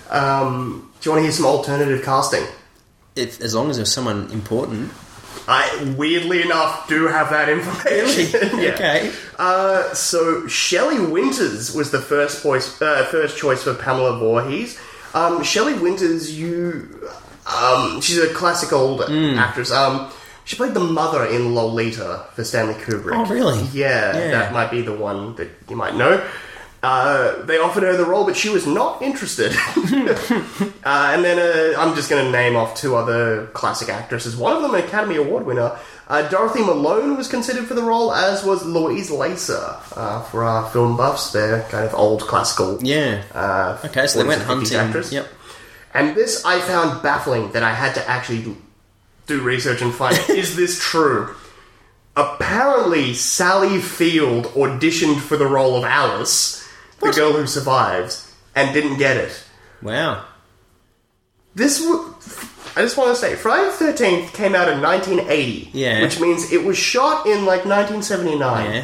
Speaker 2: Um, do you want to hear some alternative casting?
Speaker 1: if, as long as there's someone important.
Speaker 2: I weirdly enough do have that information. Yeah.
Speaker 1: Okay.
Speaker 2: Uh, so Shelley Winters was the first choice, uh, first choice for Pamela Voorhees. Um, Shelley Winters, you, um, she's a classic old
Speaker 1: Hmm.
Speaker 2: actress. Um, she played the mother in Lolita for Stanley Kubrick.
Speaker 1: Oh, really?
Speaker 2: Yeah,
Speaker 1: Yeah.
Speaker 2: that might be the one that you might know. Uh, they offered her the role, but she was not interested. Uh, and then uh, I'm just going to name off two other classic actresses. One of them, an Academy Award winner. Uh, Dorothy Malone was considered for the role, as was Louise Lacer. Uh, for our film buffs, they're kind of old classical.
Speaker 1: Yeah.
Speaker 2: Uh,
Speaker 1: Okay, so they
Speaker 2: 40s
Speaker 1: went
Speaker 2: and 50s
Speaker 1: hunting.
Speaker 2: Actress.
Speaker 1: Yep.
Speaker 2: And this I found baffling that I had to actually do research and find out, is this true? Apparently, Sally Field auditioned for the role of Alice, the girl who survives, and didn't get it.
Speaker 1: Wow.
Speaker 2: This, w- I just want to say, Friday the 13th came out in 1980.
Speaker 1: Yeah.
Speaker 2: Which means it was shot in like 1979.
Speaker 1: Yeah.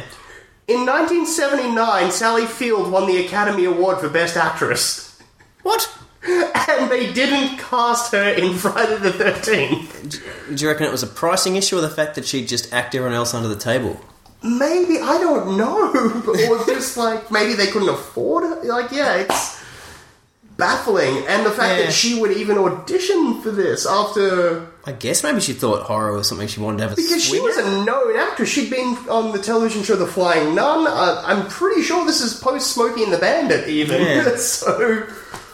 Speaker 2: In 1979, Sally Field won the Academy Award for Best Actress.
Speaker 1: What?
Speaker 2: And they didn't cast her in Friday the 13th.
Speaker 1: Do you reckon it was a pricing issue or the fact that she just act everyone else under the table?
Speaker 2: Maybe, I don't know. Or just like, maybe they couldn't afford it. Like, yeah, it's baffling. And the fact
Speaker 1: Yeah.
Speaker 2: that she would even audition for this after.
Speaker 1: I guess maybe she thought horror was something she wanted to have a
Speaker 2: Because she
Speaker 1: swing
Speaker 2: was a known actress. She'd been on the television show The Flying Nun. Uh, I'm pretty sure this is post Smokey and the Bandit, even.
Speaker 1: Yeah.
Speaker 2: so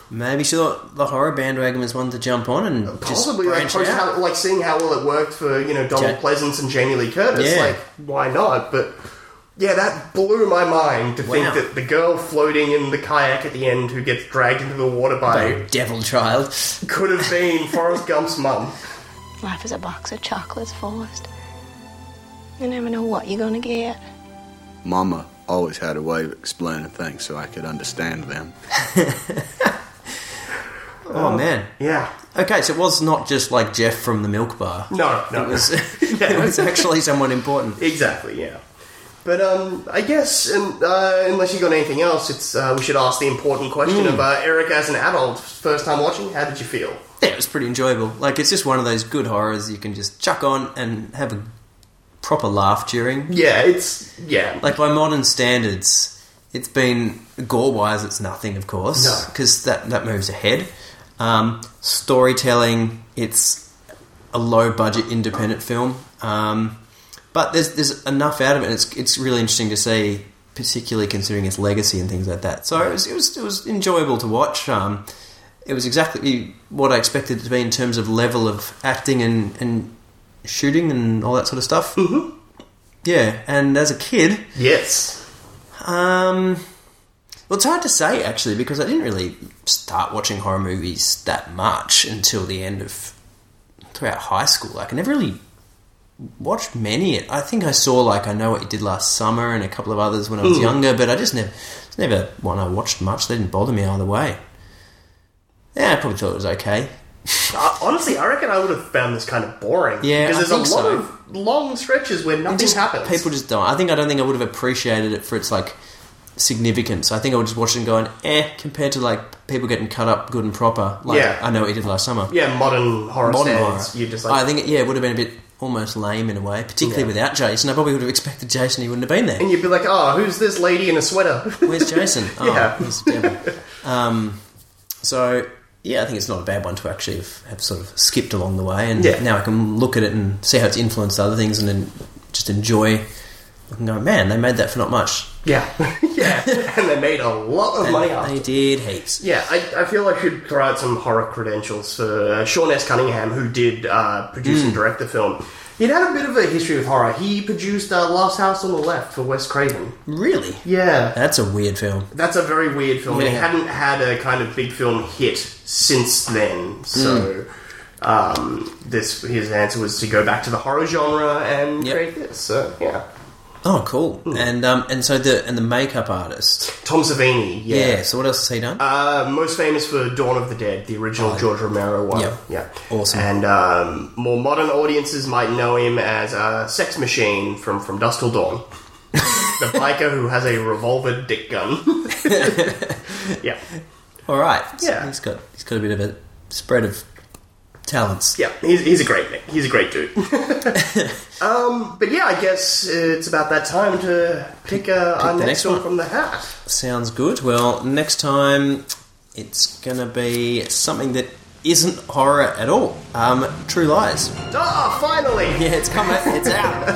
Speaker 1: Maybe she thought the horror bandwagon was one to jump on and just
Speaker 2: possibly like
Speaker 1: branch
Speaker 2: post
Speaker 1: out.
Speaker 2: how, like seeing how well it worked for you know Donald
Speaker 1: Ja-
Speaker 2: Pleasance and Jamie Lee Curtis.
Speaker 1: Yeah.
Speaker 2: Like why not? But yeah, that blew my mind to
Speaker 1: Wow.
Speaker 2: think that the girl floating in the kayak at the end who gets dragged into the water by
Speaker 1: By devil child
Speaker 2: could have been Forrest Gump's mum.
Speaker 15: Life is a box of chocolates, Forrest. You never know what you're gonna get.
Speaker 16: Mama always had a way of explaining things so I could understand them.
Speaker 1: Oh, man.
Speaker 2: Yeah.
Speaker 1: Okay, so it was not just like Jeff from the milk bar.
Speaker 2: No, no.
Speaker 1: It was, it was actually someone important.
Speaker 2: Exactly, yeah. But um, I guess, and, uh, unless you got anything else, it's uh, we should ask the important question
Speaker 1: Mm.
Speaker 2: of uh, Eric as an adult, first time watching. How did you feel?
Speaker 1: Yeah, it was pretty enjoyable. Like, it's just one of those good horrors you can just chuck on and have a proper laugh during.
Speaker 2: Yeah, it's yeah.
Speaker 1: Like, by modern standards, it's been gore wise, it's nothing, of course.
Speaker 2: No.
Speaker 1: Because that, that moves ahead. Um, storytelling, it's a low budget independent film. Um, but there's, there's enough out of it, and it's, it's really interesting to see, particularly considering its legacy and things like that. So it was, it was, it was enjoyable to watch. Um, it was exactly what I expected it to be in terms of level of acting and, and shooting and all that sort of stuff. Mm-hmm. Yeah, and as a kid,
Speaker 2: yes.
Speaker 1: Um, well, it's hard to say actually because I didn't really start watching horror movies that much until the end of throughout high school. Like, I never really watched many. I think I saw like I know what you did last summer and a couple of others when I was
Speaker 2: Mm.
Speaker 1: younger, but I just never, it's never one I watched much. They didn't bother me either way. Yeah, I probably thought it was okay.
Speaker 2: Uh, honestly, I reckon I would have found this kind of boring.
Speaker 1: Yeah,
Speaker 2: because
Speaker 1: I
Speaker 2: there's a lot
Speaker 1: think so.
Speaker 2: of long stretches where nothing
Speaker 1: just
Speaker 2: happens.
Speaker 1: People just don't. I think I don't think I would have appreciated it for its like significance. I think I would just watch it and going, eh, compared to like people getting cut up good and proper. Like,
Speaker 2: Yeah.
Speaker 1: I know what you did last summer.
Speaker 2: yeah, modern horror
Speaker 1: Modern horror.
Speaker 2: standards. You just like
Speaker 1: I think it, yeah, it would have been a bit almost lame in a way, particularly
Speaker 2: Yeah.
Speaker 1: without Jason. I probably would have expected Jason. He wouldn't have been there.
Speaker 2: and you'd be like, oh, who's this lady in a sweater?
Speaker 1: Where's Jason? Oh,
Speaker 2: Yeah.
Speaker 1: he's the devil. Um, so yeah, I think it's not a bad one to actually have, have sort of skipped along the way, and
Speaker 2: Yeah.
Speaker 1: now I can look at it and see how it's influenced other things, and then just enjoy. I can go, man, they made that for not much.
Speaker 2: yeah, yeah, and they made a lot of
Speaker 1: They-
Speaker 2: money.
Speaker 1: they
Speaker 2: off it.
Speaker 1: did heaps.
Speaker 2: Yeah, I, I feel I should throw out some horror credentials for uh, Sean S. Cunningham, who did uh, produce
Speaker 1: Hmm.
Speaker 2: and direct the film. He'd had a bit of a history with horror. He produced uh, Last House on the Left for Wes Craven.
Speaker 1: Really?
Speaker 2: Yeah.
Speaker 1: That's a weird film.
Speaker 2: That's a very weird film. It
Speaker 1: Yeah.
Speaker 2: hadn't had a kind of big film hit since then, so
Speaker 1: Hmm.
Speaker 2: um, this his answer was to go back to the horror genre and create this. So yeah,
Speaker 1: Oh, cool.
Speaker 2: Hmm.
Speaker 1: And um, and so the and the makeup artist.
Speaker 2: Tom Savini. Yeah.
Speaker 1: so what else has he done?
Speaker 2: Uh, most famous for Dawn of the Dead, the original
Speaker 1: Oh.
Speaker 2: George Romero one.
Speaker 1: Yeah.
Speaker 2: yeah.
Speaker 1: Awesome.
Speaker 2: And um, more modern audiences might know him as uh, Sex Machine from From Dusk Till Dawn, the biker who has a revolver dick gun. yeah.
Speaker 1: All right.
Speaker 2: Yeah.
Speaker 1: So he's got he's got a bit of a spread of talents.
Speaker 2: Yeah, he's, he's a great he's a great dude. um, but yeah, I guess it's about that time to pick, uh,
Speaker 1: Pick
Speaker 2: our
Speaker 1: the
Speaker 2: next,
Speaker 1: next
Speaker 2: one,
Speaker 1: one.
Speaker 2: from the hat.
Speaker 1: Sounds good. Well, next time it's going to be something that isn't horror at all. Um, True Lies.
Speaker 2: Ah, finally!
Speaker 1: Yeah, it's coming. It's out.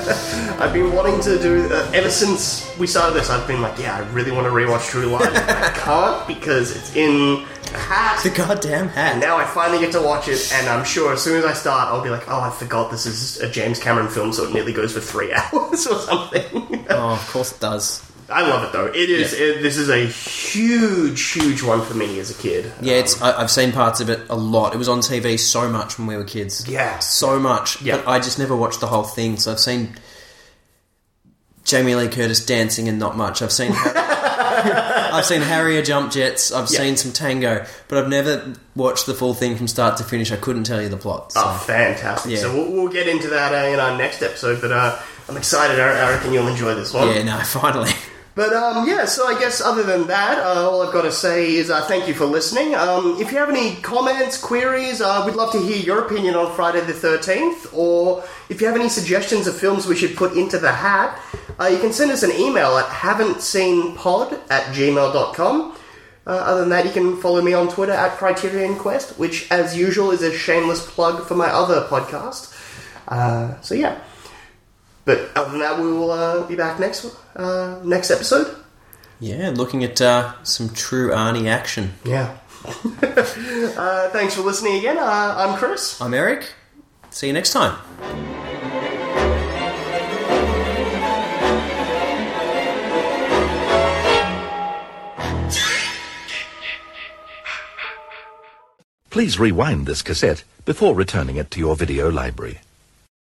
Speaker 2: I've been wanting to do uh, ever since we started this. I've been like, yeah, I really want to rewatch True Lies. I can't because it's in a hat.
Speaker 1: The goddamn hat.
Speaker 2: And now I finally get to watch it, and I'm sure as soon as I start, I'll be like, oh, I forgot this is a James Cameron film, so it nearly goes for three hours or something.
Speaker 1: oh, of course it does.
Speaker 2: I love it though. It is. It, this is a huge, huge one for me as a kid.
Speaker 1: Yeah, it's. I, I've seen parts of it a lot. It was on TV so much when we were kids.
Speaker 2: Yeah,
Speaker 1: so much.
Speaker 2: Yeah.
Speaker 1: but I just never watched the whole thing. So I've seen Jamie Lee Curtis dancing and not much. I've seen. I've seen Harrier jump jets. I've
Speaker 2: Yeah.
Speaker 1: seen some tango, but I've never watched the full thing from start to finish. I couldn't tell you the plot. So.
Speaker 2: Oh, fantastic!
Speaker 1: Yeah.
Speaker 2: So we'll, we'll get into that uh, in our next episode. But uh, I'm excited. I, I reckon you'll enjoy this one.
Speaker 1: yeah, no, finally.
Speaker 2: But um, yeah, so I guess other than that, uh, all I've got to say is uh, thank you for listening. Um, if you have any comments, queries, uh, we'd love to hear your opinion on Friday the 13th, or if you have any suggestions of films we should put into the hat, uh, you can send us an email at haven't seen pod at gmail.com. Uh, other than that, you can follow me on Twitter at Criterion Quest, which, as usual, is a shameless plug for my other podcast. Uh, so yeah. But other than that, we will uh, be back next uh, next episode.
Speaker 1: Yeah, looking at uh, some true Arnie action.
Speaker 2: Yeah. uh, thanks for listening again. Uh, I'm Chris.
Speaker 1: I'm Eric. See you next time.
Speaker 17: Please rewind this cassette before returning it to your video library.